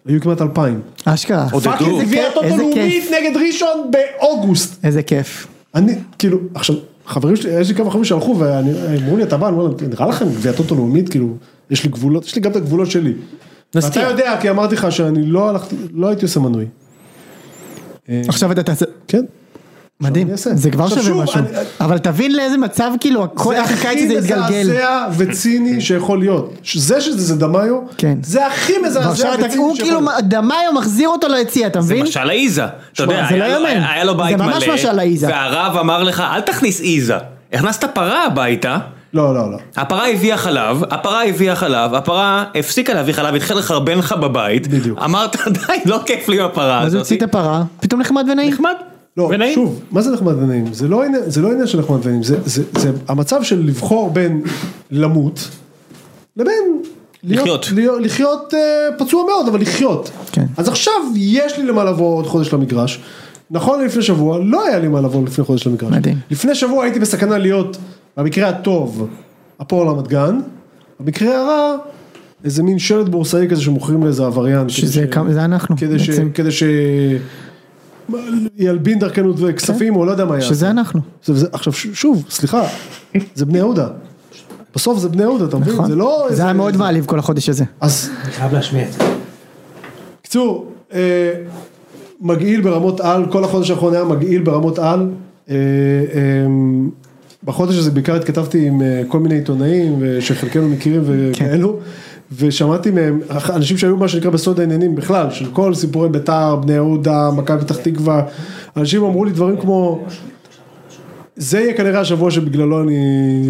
היו כמעט 2,000. אשכרה. עודדו. פאק, איזה פאקינג גביע כיף, טוטו איזה לאומית כיף. נגד ראשון באוגוסט. איזה כיף. אני כאילו עכשיו חברים שלי יש לי כמה חברים שהלכו ואני הם אמרו לי אתה בא אני אומר להם נראה לכם גביע טוטו לאומית כאילו יש לי גבולות יש לי גם את הגבולות שלי. ואתה נסתיר. יודע כי אמרתי לך שאני לא הלכתי לא הייתי עושה מנוי. עכשיו אתה תעשה... כן. מדהים, אני אעשה. זה כבר אה, עכשיו שווה שוב, משהו. אני- אבל תבין לאיזה מצב כאילו הכל זה הקיץ הכי הזה התגלגל. מזעזע <laughs> וציני שיכול להיות. ש- זה שזה זה דמאיו. כן. זה הכי מזעזע ועכשיו וציני אתה- שיכול הוא כאילו להיות. דמאיו מחזיר אותו ליציע, אתה זה מבין? משל האיזה, אתה יודע, זה לא היה לו- יאמן. היה לו זה בית מלא, ממש משל האיזה. והרב אמר לך, אל תכניס איזה, הכנסת פרה הביתה. לא לא לא. הפרה הביאה חלב, הפרה הביאה חלב, הפרה הפסיקה להביא חלב, התחילה לחרבן לך בבית. בדיוק. אמרת, <laughs> די, לא כיף לי עם הפרה אז הוא הזאת. הוציא את הפרה, פתאום נחמד ונעים. נחמד. לא, ונעים. שוב, מה זה נחמד ונעים? זה לא עניין, זה לא עניין של נחמד ונעים, זה, זה, זה המצב של לבחור בין למות לבין להיות, לחיות. להיות, לחיות אה, פצוע מאוד, אבל לחיות. כן. אז עכשיו יש לי למה לבוא עוד חודש למגרש. נכון לפני שבוע לא היה לי מה לבוא לפני חודש למגרש. מדהים. לפני שבוע הייתי בסכנה להיות, במקרה הטוב, הפועל רמת גן, במקרה הרע, איזה מין שלט בורסאי כזה שמוכרים לאיזה עבריין. שזה כדי כמה- זה אנחנו, כדי ש... בעצם. כדי ש... ילבין דרכנו כספים או לא יודע מה היה. כן. שזה אנחנו. זה, זה, עכשיו ש- שוב, סליחה, זה בני יהודה. בסוף זה בני יהודה, אתה מבין? נכון? זה לא... זה היה מאוד זה- מעליב כל החודש הזה. אז אני חייב להשמיע את זה. קצור, אה, מגעיל ברמות על, כל החודש האחרון היה מגעיל ברמות על. אה, אה, בחודש הזה בעיקר התכתבתי עם אה, כל מיני עיתונאים ו- שחלקנו מכירים וכאלו, ושמעתי מהם, אח- אנשים שהיו מה שנקרא בסוד העניינים בכלל, של כל סיפורי ביתר, בני יהודה, מכבי פתח תקווה, אנשים אמרו לי דברים כמו... זה יהיה כנראה השבוע שבגללו אני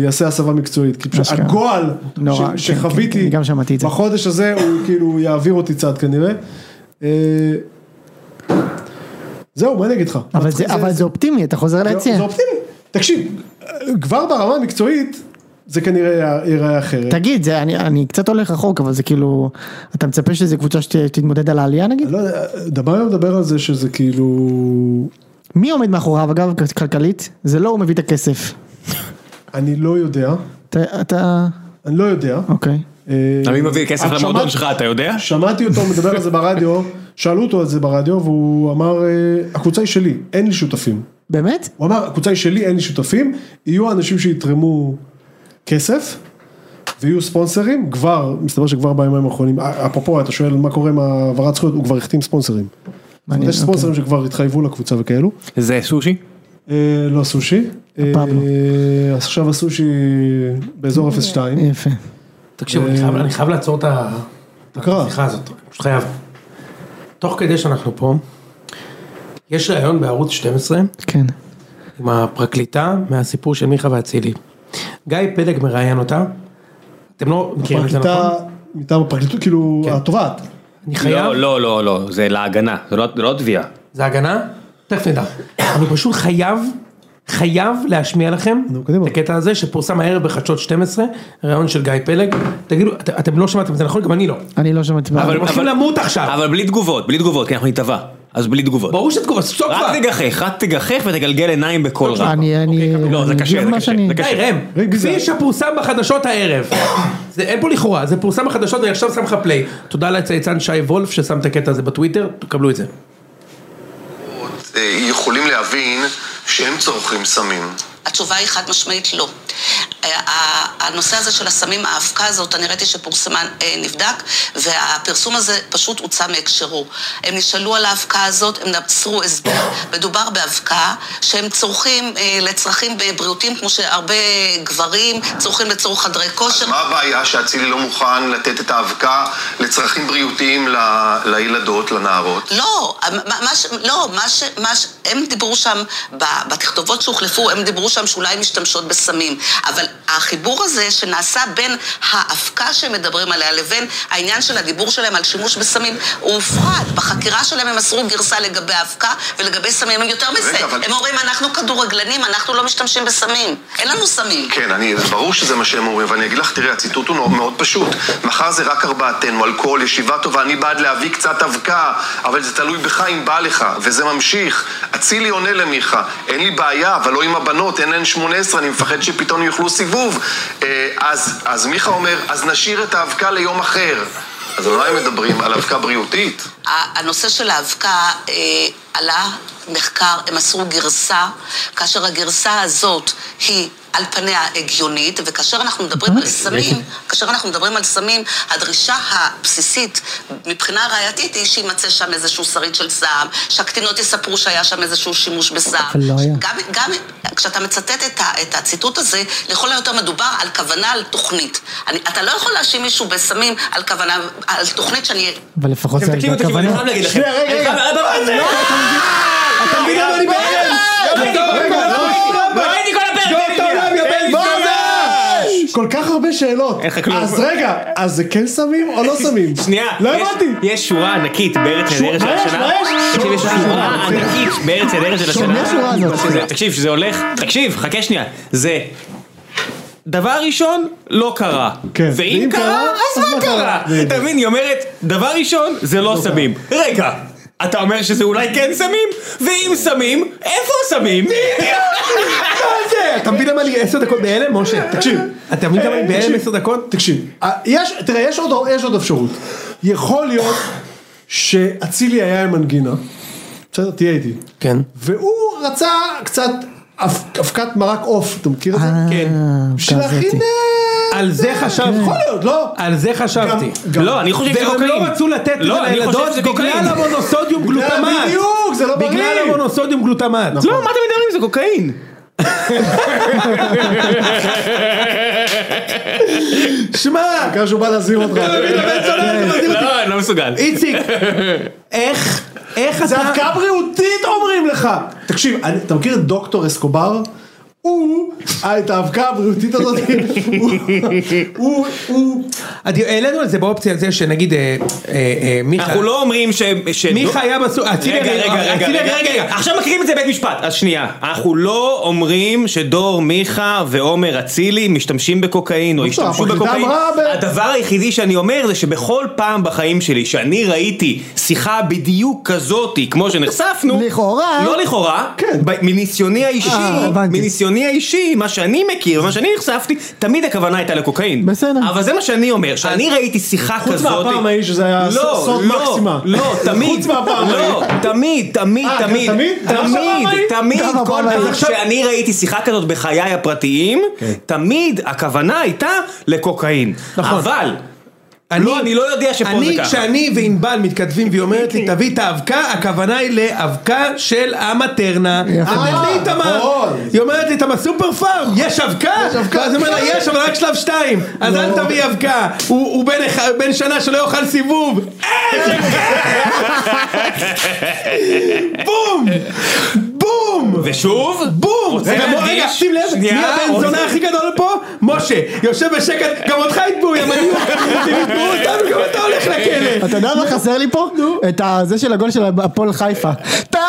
אעשה הסבה מקצועית, כי פשוט אשכרה. הגועל נורא, ש- כן, כן, כן, שחוויתי אני גם שמעתי את זה. בחודש הזה הוא כאילו יעביר אותי צעד כנראה. אה, זהו, מה אני אגיד לך? אבל זה- אבל זה אופטימי, אתה חוזר זה ליציע. אופטימי. תקשיב, אה, כבר ברמה המקצועית זה כנראה ייראה אחרת. תגיד, זה- אני- אני קצת הולך רחוק, אבל זה כאילו, אתה מצפה שזו קבוצה שתתמודד על העלייה נגיד? לא יודע, דמרי מדבר על זה שזה כאילו... לא- מי עומד מאחוריו אגב, כ- כלכלית? זה לא הוא מביא את הכסף. אני לא יודע, אתה- אתה... אני לא יודע. אוקיי. אה, מי מביא כסף רק למועדון שמעת- שלך, אתה יודע? שמעתי אותו מדבר על זה ברדיו, שאלו אותו על זה ברדיו והוא אמר, אה, הקבוצה היא שלי, אין לי שותפים. באמת? הוא אמר, הקבוצה היא שלי, אין לי שותפים, יהיו אנשים שיתרמו כסף, ויהיו ספונסרים, כבר, מסתבר שכבר בימים האחרונים, אפרופו, אתה שואל מה קורה עם העברת זכויות, הוא כבר החתים ספונסרים. מעניין, יש ספונסרים שכבר התחייבו לקבוצה וכאלו, זה סושי? אה, לא סושי, אה, הפבלו. אז עכשיו הסושי באזור 0.2, אוקיי. יפה. תקשיב, אני חייב- אני חייב לעצור את ה- את קרה? השיחה הזאת, פשוט חייב. תוך כדי שאנחנו פה, יש ראיון בערוץ 12 כן. עם הפרקליטה מהסיפור של מיכה ואצילי. גיא פלג מראיין אותה, אתם לא מכירים את זה פרקליטה נכון? מטעם הפרקליטות, כאילו, התובעת, אני לא, חייב, לא, לא, לא, זה להגנה, זה לא- זה לא תביעה. זה הגנה? תכף נדע. אני פשוט חייב, חייב להשמיע לכם נו, קדימה. את הקטע הזה שפורסם הערב בחדשות 12, ראיון של גיא פלג. תגידו, את- אתם לא שמעתם את זה נכון? גם אני לא. אני לא שמעתי. אבל הם הולכים למות עכשיו. אבל בלי תגובות, בלי תגובות, כי אנחנו נתבע. אז בלי תגובות. ברור שתגובה, סוף כבר. רק תגחך, רק תגחך ותגלגל עיניים בקול רב. אני, אני, לא, זה אני קשה, אגיב זה מה קשה, שאני- זה קשה. די ראם, רגע, כפי זה- שפורסם בחדשות הערב, זה אין פה לכאורה, זה פורסם בחדשות ואני עכשיו שם לך פליי, תודה לצייצן שי וולף ששם את הקטע הזה בטוויטר, תקבלו את זה. אה, יכולים להבין שהם צורכים סמים. התשובה היא חד משמעית לא. אה, ה- הנושא הזה של הסמים, האבקה הזאת, אני ראיתי שפורסמה, אה, נבדק, והפרסום הזה פשוט הוצא מהקשרו. הם נשאלו על האבקה הזאת, הם נצרו הסבר. מדובר באבקה שהם צורכים אה, לצרכים בריאותיים, כמו שהרבה גברים צורכים לצורך חדרי כושר. אז מה הבעיה שאצילי לא מוכן לתת את האבקה לצרכים בריאותיים ל- לילדות, לנערות? לא, מה- מה ש... לא, מה ש... מה ש... הם דיברו שם, ב- בתכתובות שהוחלפו, הם דיברו שם שאולי הן משתמשות בסמים. אבל החיבור הזה שנעשה בין האבקה שהם מדברים עליה לבין העניין של הדיבור שלהם על שימוש בסמים, הוא הופרד. בחקירה שלהם הם מסרו גרסה לגבי האבקה ולגבי סמים. הם יותר מזה, רגע, אבל- הם אומרים, אנחנו כדורגלנים, אנחנו לא משתמשים בסמים. אין לנו סמים. כן, אני, ברור שזה מה שהם אומרים, ואני אגיד לך, תראי, הציטוט הוא מאוד- מאוד פשוט. מחר זה רק ארבעתנו, אלכוהול, ישיבה טובה, אני בעד להביא קצת אבקה, אבל זה תלוי בך אם בא לך, וזה ממשיך. אצילי עונה למיכה, אין לי בעיה, אבל לא עם הבנות, אין להן 18, אני מפחד שפתאום יאכלו סיבוב. אה, אז, אז מיכה אומר, אז נשאיר את האבקה ליום אחר. אז אולי הם מדברים על אבקה בריאותית. ה- הנושא של האבקה אה, עלה מחקר, הם עשו גרסה, כאשר הגרסה הזאת היא על פניה הגיונית, וכאשר אנחנו מדברים אוקיי. על סמים, כאשר אנחנו מדברים על סמים, הדרישה הבסיסית מבחינה ראייתית היא שיימצא שם איזשהו שריד של סם, שהקטינות יספרו שהיה שם איזשהו שימוש בסם. אבל לא היה. גם, גם כשאתה מצטט את, ה, את הציטוט הזה, לכל היותר מדובר על כוונה על תוכנית. אני, אתה לא יכול להאשים מישהו בסמים על כוונה, על תוכנית שאני אבל לפחות אתם זה תקשיבו, הייתה תקשיבו, אני הכוונה. חייב להגיד לכם. שנייה, רגע, אני רגע. חייב- מה זה? אתה מבין למה אני בארץ? לא הייתי כל הפרק, סגור את העולם, יא בן מה זונה! זה? כל כך הרבה שאלות. אין לך כלום. אז רגע, אז זה כן סמים <laughs> או לא סמים? שנייה, לא יש- הבנתי. יש שורה ענקית בארץ נהדרת של מה יש? השנה. מה יש? תקשיב, יש שורה ענקית בארץ נהדרת של השנה. מה השורה הזאת? שזה- תקשיב, שזה הולך, תקשיב, חכה שנייה, זה... דבר ראשון, לא קרה. כן. ואם קרה, אז מה קרה? בדיוק. אתה מבין, היא אומרת, דבר ראשון, זה לא סמים. רגע, אתה אומר שזה אולי כן סמים? ואם סמים, איפה הסמים? מה זה? אתה מבין למה אני עשר דקות בהלם, משה? תקשיב. אתה מבין למה אני בהלם עשר דקות? אה, תקשיב, אה, יש, תראה, יש עוד, יש עוד אפשרות. יכול להיות שאצילי היה עם מנגינה, בסדר, תהיה איתי. כן. והוא רצה קצת אב- אבקת מרק עוף, אתה מכיר את זה? כן. בשביל כזאתי. להכין... אה, על זה כן. חשבתי. יכול להיות, לא? על זה חשבתי. גם- גם- לא, אני חושב שזה והם קוקאין. לא רצו לתת את זה לא, אני חושב לילדות שזה בגלל קוקאין. המונוסודיום גלוטמט. בדיוק, זה לא בגלל בריא. המונוסודיום גלוטמט. לא, מה אתם מדברים? זה קוקאין. שמע, בעיקר אה, שהוא בא להזהיר אותך. כן. לא, אני לא מסוגל. איציק, איך, איך זה אתה... אבקה בריאותית אומרים לך. תקשיב, אני- אתה מכיר את דוקטור אסקובר? הוא, אה, את האבקה <laughs> הבריאותית הזאת, הוא- הוא, הוא, את- העלינו את זה באופציה הזה שנגיד אה, אה, אה, מיכה, אנחנו לא אומרים ש... ש- מיכה היה בסוף, אצילי רגע, רגע, רגע, אצילי- רגע, רגע, עכשיו מקריאים את זה בית משפט, אז שנייה, אנחנו לא אומרים שדור מיכה ועומר אצילי משתמשים בקוקאין או השתמשו הפרקליטה בקוקאין, אמרה ב- הדבר היחידי שאני אומר זה שבכל פעם בחיים שלי שאני ראיתי שיחה בדיוק כזאתי כמו שנחשפנו, לכאורה. לא לכאורה, כן. ב- מניסיוני האישי, אה, הבנתי. מניסיוני האישי, מה שאני מכיר, מה שאני נחשפתי, תמיד הכוונה הייתה לקוקאין, בסדר. אבל זה מה שאני אומר, שאני ראיתי שיחה כזאתי, חוץ מהפעם ההיא שזה היה לא, סוד לא, מקסימה. <laughs> לא, תמיד, חוץ מהפעם לא, תמיד, תמיד, אה, גם תמיד, תמיד? גם הפעם תמיד, ההיא? תמיד, גם הפעם כל ההיא. פעם עכשיו- שאני ראיתי שיחה כזאת בחיי הפרטיים, תמיד הכוונה הייתה לקוקאין. אבל, לא, אני לא יודע שפה זה אני, ככה. כשאני וענבל מתכתבים והיא אומרת לי תביא את האבקה, הכוונה היא לאבקה של המטרנה. יפה. אמרת לי איתמר, נכון. היא אומרת לי איתמר סופר פארם, יש אבקה? ואז היא אומרת לה יש אבל רק שלב שתיים, אז אל תביא אבקה, הוא הוא בן אחד- בן שנה שלא יאכל סיבוב. איזה כיף! בום! בום! ושוב, בום! רוצה רגע, בוא, להדגיש? רגע, שים לב, מי שנייה, הבן עוד- זונה הכי גדול פה? משה, יושב בשקט, גם אותך יתבעו, יא <laughs> מניאק, יתבעו אותנו, גם אתה הולך לכלא. אתה יודע מה חסר לי פה? את ה- זה של הגול של הפועל חיפה. טה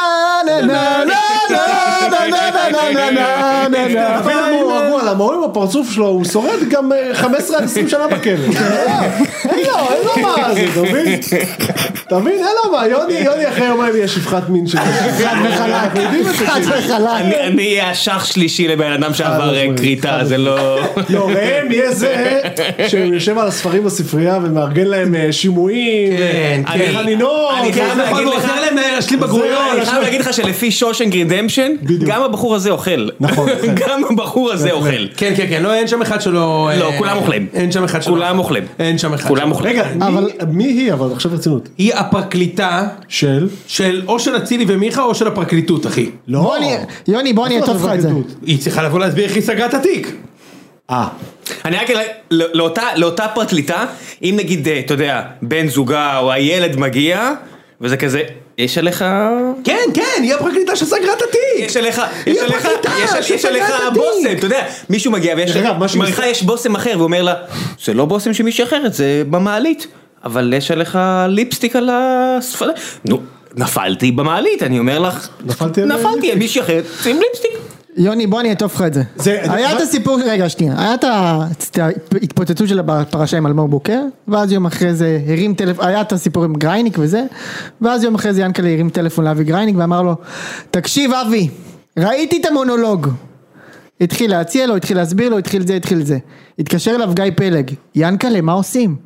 נה נה נה נה נה נה נה נה נה נה נה אבל נה הוא אה, רגוע, למה הוא עם הפרצוף שלו, הוא שורד גם אה, 15 עד <laughs> 20 שנה בכלא. כן, אה, אין לו, אין לו מה זה, אתה מבין? אתה מבין? אין לו מה, יוני, יוני אחרי יומיים יהיה שפחת <laughs> מין שלו. חד וחלק, אנחנו יודעים את זה. חד כאילו. וחלק. אני- אני אהיה אשך שלישי לבן אדם שעבר אה, משמעית, כריתה, חד זה לא... לא, ראם יהיה זה שיושב על הספרים בספרייה ומארגן להם אה, שימועים, כן, אה, כן. חנינות, אני כן, חייב וזה. נכון, להגיד הוא לך- עוזר להם להשלים בגרויות. אני חייב להגיד לך שלפי שושנג רידמפשן, גם הבחור הזה אוכל. <laughs> נכון, אוכל. גם הבחור הזה אוכל. אוכל. כן, כן, כן, לא, אין שם אחד שלא... לא, אה, כולם אוכלים. אין שם אחד שלא... כולם אוכלים. אין שם אחד כולם שלא- אוכלים. רגע, מי- אבל- נכון. מי היא אבל עכשיו ברצינות? היא הפרקליטה של? של או של אצילי ומיכה או של הפרקליטות, אחי. לא. בוא אני- יוני, בוא אני איפה אעטוף לך את זה. הפרקליטות? היא צריכה לבוא להסביר איך היא סגרה את התיק. אה. אני רק אגיד, לא- לאותה, לאותה פרקליטה, אם נגיד, אה, אתה יודע, בן זוגה או הילד מגיע, וזה כזה, יש עליך... כן, כן, היא הפרקליטה שסגרה את התיק. יש עליך, היא יש עליך, הפרקליטה יש על- יש שסגרה עליך את התיק. בושם, אתה יודע, מישהו מגיע ויש דרך אגב, מה שהיא מעריכה עושה- יש בושם אחר, והוא אומר לה, זה לא בושם של מישהי אחרת, זה במעלית, אבל יש עליך ליפסטיק על הספדה, נו, נפלתי במעלית, אני אומר לך, נפלתי על- נפלתי על מישהי אחרת, עם ליפסטיק. יוני, בוא אני אעטוף לך את זה. זה- היה זה- את הסיפור, רגע, שנייה. היה את ההצ- ההתפוצצות של הפרשה עם אלמוג בוקר, ואז יום אחרי זה הרים טלפון, היה את הסיפור עם גרייניק וזה, ואז יום אחרי זה ינקלה הרים טלפון לאבי גרייניק ואמר לו, תקשיב אבי, ראיתי את המונולוג. התחיל להציע לו, התחיל להסביר לו, התחיל זה, התחיל זה. התקשר אליו גיא פלג, ינקלה, מה עושים?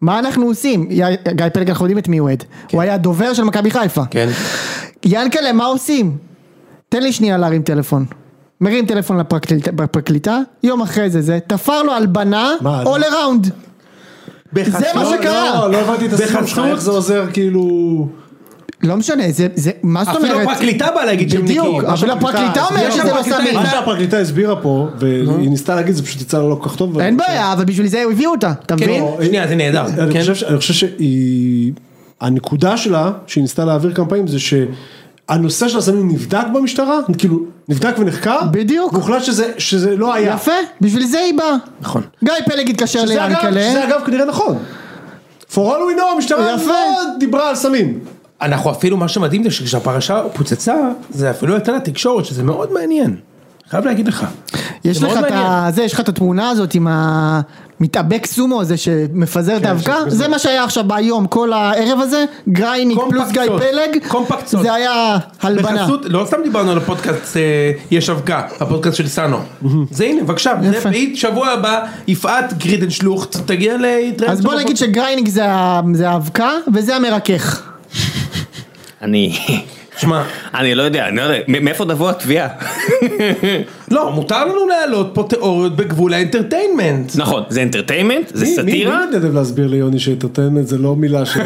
מה אנחנו עושים? י- גיא פלג, אנחנו יודעים את מי הוא אוהד. כן. הוא היה דובר של מכבי חיפה. כן. ינקלה, מה עושים? תן לי שנייה להרים טלפון. מרים טלפון לפרקליט, לפרקליטה, יום אחרי זה זה, תפר לו הלבנה, מה, all לא? around. זה מה לא, שקרה. לא, לא הבנתי את הסיפור שלך, בחסות- איך זה עוזר כאילו... לא משנה, זה, זה, מה זאת אומרת? אפילו הפרקליטה באה להגיד שהם נקיים. בדיוק, אפילו הפרקליטה הסבירה- אומרת שזה לא הפרקליטה סמי. מה שהפרקליטה הסבירה פה, והיא ניסתה להגיד, זה פשוט יצא לה לא כל כך טוב. אין ואני בעיה, אבל בשביל זה הביאו אותה, אתה כן, מבין? שנייה, זה נהדר. חושב- אני כן. חושב ש- אני חושב שהיא... הנקודה שלה, שהיא ניסתה להעביר כמה פעמים, זה שהנושא של הסמים נבדק במשטרה, כאילו, נבדק ונחקר. בדיוק. והוחלט שזה- שזה לא היה. יפה, בשביל זה היא באה. נכון. גיא פלג התקשר שזה אגב- שזה ליענקלה, אגב כנראה נכון. For all we know המשטרה יפה. לא דיברה על סמים. אנחנו אפילו, מה שמדהים זה שכשהפרשה פוצצה, זה אפילו יצא לתקשורת, שזה מאוד מעניין. חייב להגיד לך. יש זה לך מאוד את ה... מעניין. זה, יש לך את התמונה הזאת עם המתאבק סומו הזה שמפזר כן, את האבקה, שזה- זה מה שהיה עכשיו ביום, כל הערב הזה, גרייניק קומפקט פלוס גיא סוד. פלג, קומפקט סוד. זה היה הלבנה. בחסות, לא סתם דיברנו על הפודקאסט אה, יש אבקה, הפודקאסט של סאנו. זה הנה, בבקשה, זה יפה. בעיד שבוע הבא, יפעת גרידנשלוך, תגיע ל... אז בוא נגיד שגרייניק זה ה- זה האבקה וזה המרכך. אני, שמע, אני לא יודע, אני לא יודע, מ- מאיפה תבוא התביעה? לא, מותר לנו להעלות פה תיאוריות בגבול האנטרטיינמנט. נכון, זה אנטרטיימנט, זה מי- מי סאטירה, מי מתנדב להסביר ליוני שאינטרטיימנט זה לא <laughs> מילה ש-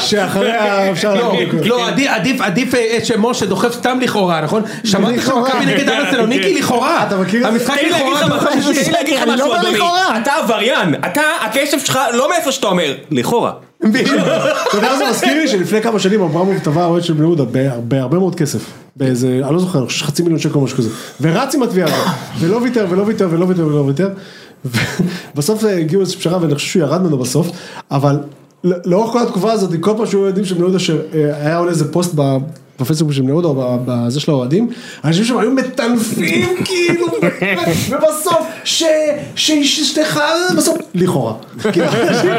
שאחריה אפשר לא, להגיד. לא, עדיף- עדיף, עדיף אה, אה, שמשה דוחף סתם לכאורה, נכון? שמעת שמכבי נגד ארצלוניקי לכאורה. אתה מכיר את זה? המשחק תן לי להגיד לכאורה. לך דוחף- משהו, תן לי להגיד לך אני לא משהו, בא אדוני. לכאורה. אתה עבריין, אתה, הכסף שלך לא מאיפה שאתה אומר, לכאורה. אתה יודע מה זה מזכיר לי שלפני כמה שנים אברמוב טבע אוהד של בני יהודה בה- בהרבה מאוד כסף. באיזה, אני לא זוכר, אני חושב שחצי מיליון שקל או משהו כזה. ורץ עם התביעה הזאת. ולא ויתר ולא ויתר ולא ויתר ולא ויתר. ובסוף אה, הגיעו לאיזושהי פשרה ואני חושב שהוא ירד ממנו בסוף. אבל לא- לאורך כל התקופה הזאת, כל פעם שהיו יודעים שבני יהודה שהיה עולה איזה פוסט ב- בפייסבוק של בני יהודה או בזה של האוהדים, אנשים שם היו מטנפים כאילו, ובסוף ש- שאשתך, בסוף, לכאורה. כאילו, אנשים אנשים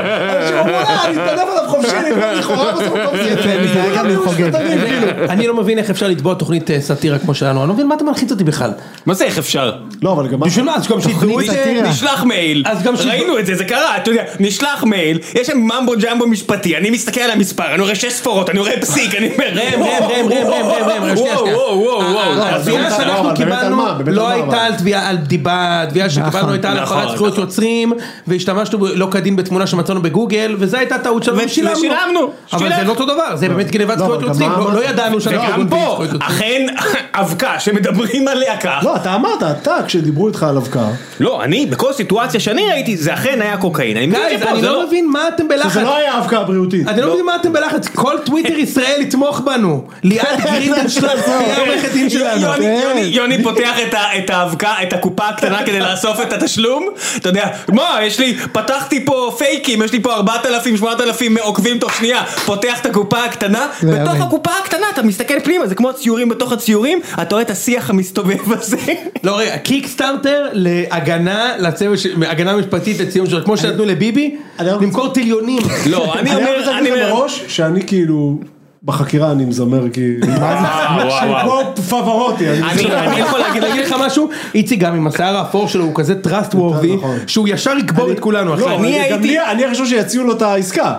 אמרו לה, אני אתנדב עליו חופשי, אני אקרא לכאורה בסוף, טוב, זה אה, יפה, זה היה גם אוקיי. מחוגג. כאילו." אני לא מבין איך אפשר לתבוע תוכנית אה, סאטירה כמו שלנו, אני לא מבין מה אתה מלחיץ אותי בכלל. מה זה איך אפשר? לא, אבל גם מה, בשביל מה? אז גם שיתבעו את תוכנית זה. סאטירה. נשלח מייל, אז גם ש- ראינו את זה, זה קרה, אתה יודע, נשלח מייל, יש שם ממבו ג'מבו משפטי, אני מסתכל על המספר, אני רואה שש ספורות, אני רואה פסיק, אני אומר, ראם, ראם, ראם, ראם, ראם, ראם, ראם, ראם, שנייה, וואו, שנייה. וואו, וואו, וואו. אה, התביעה באמת על מה, שאנחנו לא, אבל באמת על קיבלנו מה, נכון. באמת לא על מה, הייתה אבל. על תביעה על דיבה, התביעה שקיבלנו הייתה על נכון, הפרת זכויות נכון. יוצרים, והשתמשנו ב- לא כדין בתמונה שמצאנו בגוגל, וזו הייתה טעות שלנו, ו- ושילמנו. אבל שילם. זה לא אותו דבר, זה באמת גנבת לא, זכויות אבל גם יוצרים, מה לא- אמרת? לא ידענו שאנחנו וגם גונבים פה, זכויות יוצרים. אכן אבקה שמדברים עליה כך, לא, אתה אמרת, אתה, כשדיברו איתך על אבקה, לא, אני, בכל סיטואציה שאני ראיתי, זה אכן היה קוקאין, אני מבין גייז, שפה, אני זה לא לא... מבין מה אתם בלחץ. שזה לא היה אבקה הבריאותית. אני לא מבין מה אתם בלחץ, כל טוויטר ישראל יתמוך בנו. ליעד גרינדנשלג תהיה עורכת דין שלנו. יוני- יוני- יוני פותח את ה- את האבקה, את הקופה הקטנה כדי לאסוף את התשלום, אתה יודע, מה, יש לי, פתחתי פה פייקים, יש לי פה 4,000, 8,000 עוקבים תוך שנייה, פותח את הקופה הקטנה, לא בתוך יאמן. הקופה הקטנה אתה מסתכל פנימה, זה כמו הציורים בתוך הציורים, אתה רואה את השיח המסתובב הזה. לא רגע, קיקסטארטר להגנה, לצוות, ש- הגנה משפטית לציון שלו, כמו שנתנו לביבי, אני לא- למכור טריונים. לא, אני אני אומר, רוצה אני להגיד לך אומר, מראש, שאני כאילו, בחקירה אני מזמר כאילו, אה, וואו, וואו, וואו. כמו פברוטי, אני אני- אני יכול להגיד להגיד לך משהו, איציק גם עם השיער האפור שלו הוא כזה trust יותר worthy, נכון. שהוא ישר יקבור את כולנו לא, אחי. אני אני הייתי- הייתי, אני חושב שיציעו לו את העסקה.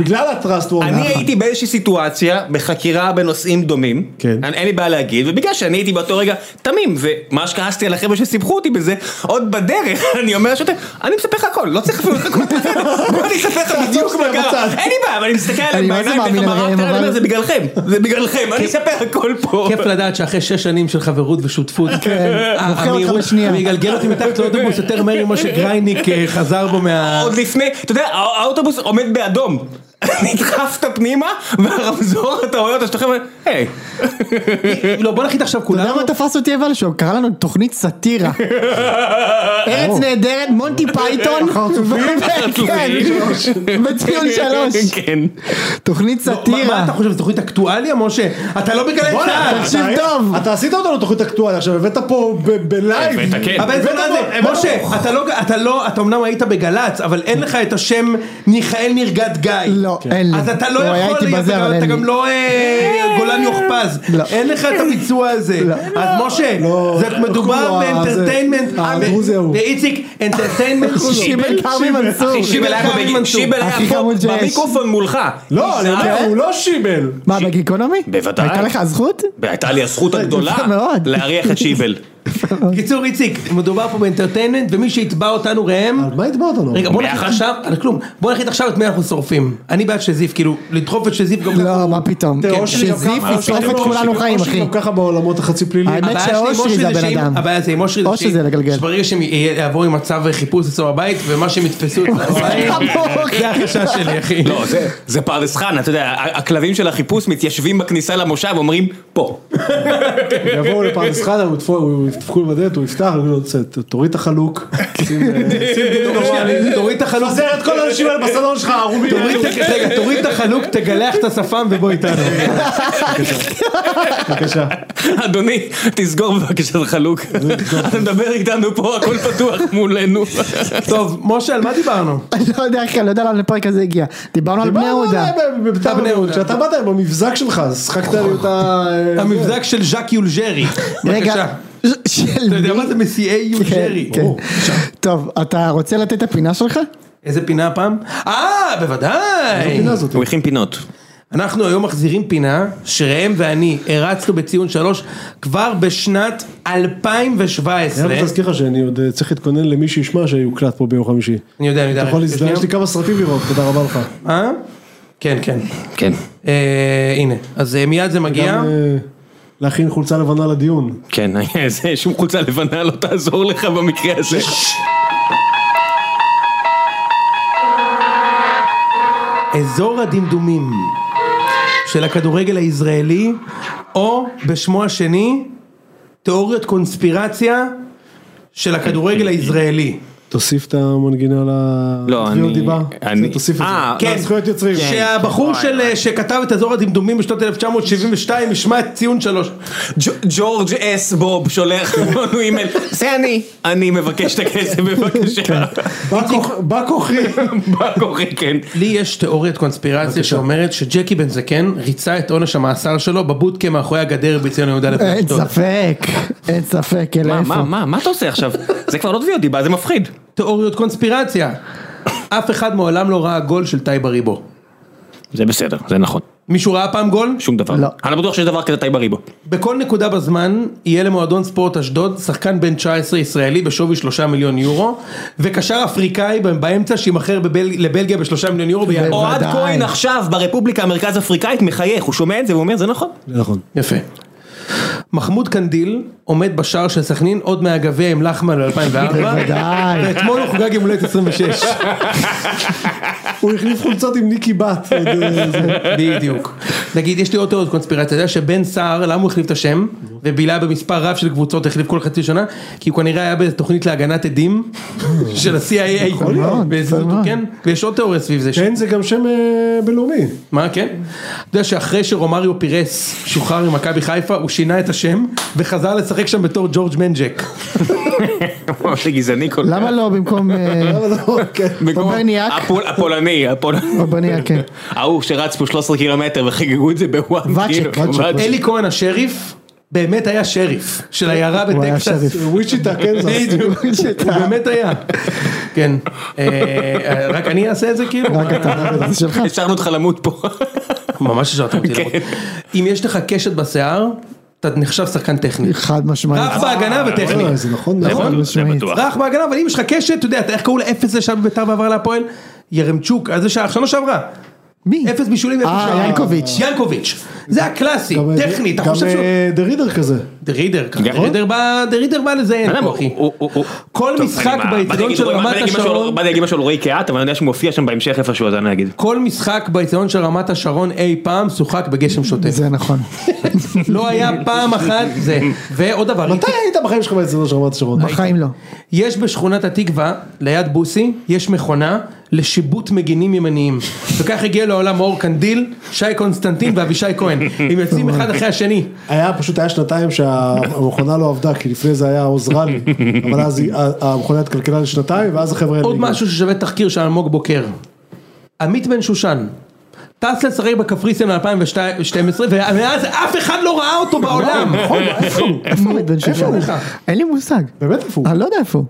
בגלל הטראסט וורד. אני הייתי באיזושהי סיטואציה בחקירה בנושאים דומים, כן. אני, אין לי בעיה להגיד, ובגלל שאני הייתי באותו רגע תמים, ומה שכעסתי על החבר'ה שסיבכו אותי בזה, עוד בדרך <laughs> אני אומר לשוטר, אני מספר לך הכל, לא צריך אפילו לחכות לכם, בוא אני אספר לך בדיוק מה קרה, בצד. אין לי בעיה, אבל אני מסתכל עליהם מה זה בעיניים, מאמין ואיך אמרת, להם, אני אומר, אבל- זה בגללכם, זה בגללכם, אני אספר הכל פה. כיף לדעת שאחרי שש שנים של חברות ושותפות, כן, ה- מוכר אותך המהירות- בשנייה. אני אגלגל אותי מתחת לאוטובוס יותר מהר ממה שגרייניק אה, חזר בו מה... עוד לפני, אתה יודע, הא- האוטובוס עומד באדום. <laughs> נדחפת פנימה, והרמזור אתה רואה אותו, שאתה חושב, היי, לא, בוא נחליט עכשיו אתה כולנו. יודע מה תפס אותי אבל? שהוא קרא לנו תוכנית סאטירה. ארץ נהדרת, מונטי פייתון. כן, בציון שלוש. <laughs> כן. תוכנית לא, מה מה סאטירה. אתה חושב, זו תוכנית אקטואליה, משה? אתה לא בגלי אה, צה"ל! תקשיב טוב. אתה עשית אותנו תוכנית אקטואליה, עכשיו הבאת פה ב- בלייב. הבאת, כן. אבל זה מה זה, הבאת פה. משה, אתה לא, אתה לא, אתה אמנם היית בגל"צ, אבל אין לך את השם מיכאל נרגת גיא. לא, כן. אין לי. אז אתה לא הוא היה יכול, איתי להיות- בזה, אבל אתה אין גם לי. לא אה, גולן יוכפז. לא. אין לך את הביצוע הזה. אז משה, לא, זה לא, מדובר אה, כולו, באנטרטיימנט. זה, הדרוזי ההוא. איציק, <laughs> אנטרטיימנט. <laughs> כן. שיבל קרמי אחי, לא, מנסור. שיבל היה פה שיבל בג- מנסור. שיבל הכי היה פה חמוד שיש. במיקרופון מולך. לא, אני יודע, הוא לא שיבל. מה, בגיקונומי? בוודאי. הייתה לך הזכות? הייתה לי הזכות הגדולה יפה מאוד. להריח את שיבל. קיצור, איציק, מדובר פה באנטרטיינמנט, ומי שיתבע אותנו ראם... על מה התבע אותנו? רגע, בוא נחליט ביחד? עכשיו, על כלום, בוא נחליט עכשיו את מי אנחנו שורפים. אני בעד שזיף, כאילו, לדחוף את שזיף גם ככה. לא, מה פתאום. תראה, כן, אושרי גם שזיף ככה- ישרוף אושרי את גם- כולנו אושרי חיים, אחי. גם ככה בעולמות החצי האמת פליליים. הבעיה שלי עם שהאושרי אושרי זה הבן שאם- אדם. הבעיה זה עם אושרי זה אושרי שאם- זה לגלגל. שברגע שהם י- יעבור עם מצב חיפוש אצלו בבית ומה שהם יתפסו אצלו בבית זה החשש שלי אחי. לא, זה- זה פרדס חנה, אתה יודע, ה- הכלבים של החיפוש מתיישבים בכניסה למושב, אומרים, פה. <laughs> <laughs> יבואו לפרדס חנה, הוא ידפוק- הוא ידפקו בדלת, הוא יפתח, הוא יגיד לו, תוריד את <laughs> החלוק. שים, אה, שים לא, גדול שנייה, רוח. תוריד את החלוק, תפזר את כל האנשים האלה בסלון שלך, ערומים. תוריד <laughs> את- רגע, תוריד את החלוק, תגלח את השפם ובוא איתנו. בבקשה. אדוני, תסגור בבקשה את החלוק. אתה מדבר איתנו פה, הכל פתוח מולנו. טוב, משה, על מה דיברנו? אני <laughs> לא יודע, אחי, אני לא יודע לאן הפרק הזה הגיע. דיברנו על בני יהודה. בביתר בני יהודה. כשאתה באת עם המבזק שלך, אז שחקת לי אותה... אה, המבזק של ז'אק יולג'רי. רגע, בבקשה. של אתה יודע מי? מה זה מסיעי כן, יולג'רי? כן. ברור. טוב, אתה רוצה לתת את הפינה שלך? איזה פינה הפעם? אה, בוודאי. הפינה הזאת. הוא הכין פינות. אנחנו היום מחזירים פינה שראם ואני הרצנו בציון שלוש כבר בשנת 2017. אני רק תזכיר לך שאני עוד אה, צריך להתכונן למי שישמע שיוקלט פה ביום חמישי. אני יודע, אני יודע. אתה יכול רגע, להזדהה, יש לי שנייה. כמה סרטים לראות, תודה רבה לך. אה? כן, כן. כן. אה, הנה, אז אה, מיד זה מגיע. גם, אה, להכין חולצה לבנה לדיון. כן, <laughs> זה שום חולצה לבנה לא תעזור לך במקרה הזה. אה, אזור הדמדומים של הכדורגל הישראלי, או בשמו השני, תיאוריות קונספירציה של הכדורגל הישראלי. תוסיף את המנגינה ל- לא, לתביעות אני- דיבה. אני- תוסיף את אה, זה. כן, זכויות יוצרים. שהבחור של- אה, שכתב את אזור הדמדומים בשנות 1972 ישמע את ציון שלוש. ג'ורג' אס בוב שולח לנו אימייל, זה אני, אני מבקש את הכסף בבקשה. בא כוח- בא כוחי. מה קורה, כן. לי יש תיאוריית קונספירציה שאומרת שג'קי בן זקן ריצה את עונש המאסר שלו בבודקה מאחורי הגדר בציון יהודה אה, אין לפני ספק, אין ספק, אלא מה, איפה. מה, מה, מה אתה עושה עכשיו? זה כבר לא תביעות דיבה, זה מפחיד. תיאוריות קונספירציה. אף אחד מעולם לא ראה גול של טייב בריבו. זה בסדר, זה נכון. מישהו ראה פעם גול? שום דבר. לא. אני לא בטוח שיש דבר כזה טייב בריבו. בכל נקודה בזמן יהיה למועדון ספורט אשדוד שחקן בן 19 ישראלי בשווי 3 מיליון יורו וקשר אפריקאי באמצע שימכר בבל... לבלגיה ב-3 מיליון יורו ביד. בוודאי. אוהד כהן עכשיו ברפובליקה המרכז אפריקאית מחייך, הוא שומע את זה ואומר זה נכון. נכון. יפה. מחמוד קנדיל עומד בשער של סכנין עוד מהגביע עם לחמן ב-2004 בוודאי. ואתמול הוא חוגג יום הולדת 26 הוא החליף חולצות עם ניקי בת. עוד, אה, זה. בדיוק. נגיד יש לי עוד תיאוריות קונספירציה, אתה יודע שבן סער למה הוא החליף את השם ובילה במספר רב של קבוצות החליף כל חצי שנה כי הוא כנראה היה בתוכנית להגנת עדים של ה-CIA. מאוד, באיזה- יכול מאוד. כן, ויש עוד תיאוריה סביב זה. ש- כן, זה גם שם אה, בינלאומי. מה כן? אתה יודע שאחרי שרומריו פירס שוחרר ממכבי חיפה הוא שינה את השם וחזר לשחק שם בתור ג'ורג' מנג'ק. <laughs> זה גזעני <laughs> כל למה לא במקום אה, אבל לא, כן. במקום- אוברניאק? הפול- הפולני, הפולני. רבניה, כן. ההוא שרץ פה 13 קילומטר וחגגו את זה בוואן. ואצ'ק, כאילו, ואצ'ק, ואצ'ק. אלי כהן השריף באמת היה שריף של עיירה הוא היה בטקסס. שריף. וויצ'יטה, כן, <laughs> זה- בדיוק, הוא באמת היה. כן, אה, רק אני אעשה את זה כאילו? רק אתה, זה שלך. השארנו אותך למות פה. ממש השארת אותי אוקיי. למות. כן. אם יש לך קשת בשיער, אתה נחשב שחקן טכני. חד משמעית. רך בהגנה וטכני. אה, זה נכון, נכון? נכון. משמעית. רך בהגנה, אבל אם יש לך קשת, אתה יודע, אתה- איך קראו לאפס זה שהיה בביתר ועבר להפועל? ירמצ'וק, אז זה שעה, שנה שעברה. מי? אפס בישולים, אפס אה, שערים. ינקוביץ'. ינקוביץ'. זה הקלאסי, גם, אה, טכני, אתה גם, חושב שהוא... אה, דה רידר כזה. דרידר, ככה, נכון? לא, דרידר בא, דרידר בא לזיין, פה, אחי. כל משחק ביתרון של רמת השרון, באתי להגיד משהו על רועי קהת, אבל אני יודע שהוא מופיע שם בהמשך איפשהו, אז אני אגיד. כל משחק ביתרון של רמת השרון אי פעם שוחק בגשם שוטף. זה נכון. לא היה פעם אחת זה. ועוד דבר, מתי היית בחיים שלך באצטדיון של רמת השרון? בחיים לא. יש בשכונת התקווה, ליד בוסי, יש מכונה לשיבוט מגינים ימניים. וכך הגיע לעולם אור קנדיל, שי קונסטנטין ואבישי כהן. הם יוצאים אחד אחרי השני. היה פשוט היה שנתיים שהמכונה לא עבדה כי לפני זה היה עוזרה לי אבל אז היא- ה- המכונה התקלקלה לשנתיים ואז החבר'ה האלה עוד הגיעו. משהו ששווה תחקיר של אלמוג בוקר. עמית בן שושן. טס לשחק בקפריסין 2012 ומאז אף אחד לא ראה אותו בעולם. איפה עומד בן שושן? הוא? אין לי מושג. באמת איפה הוא? אני לא יודע איפה הוא.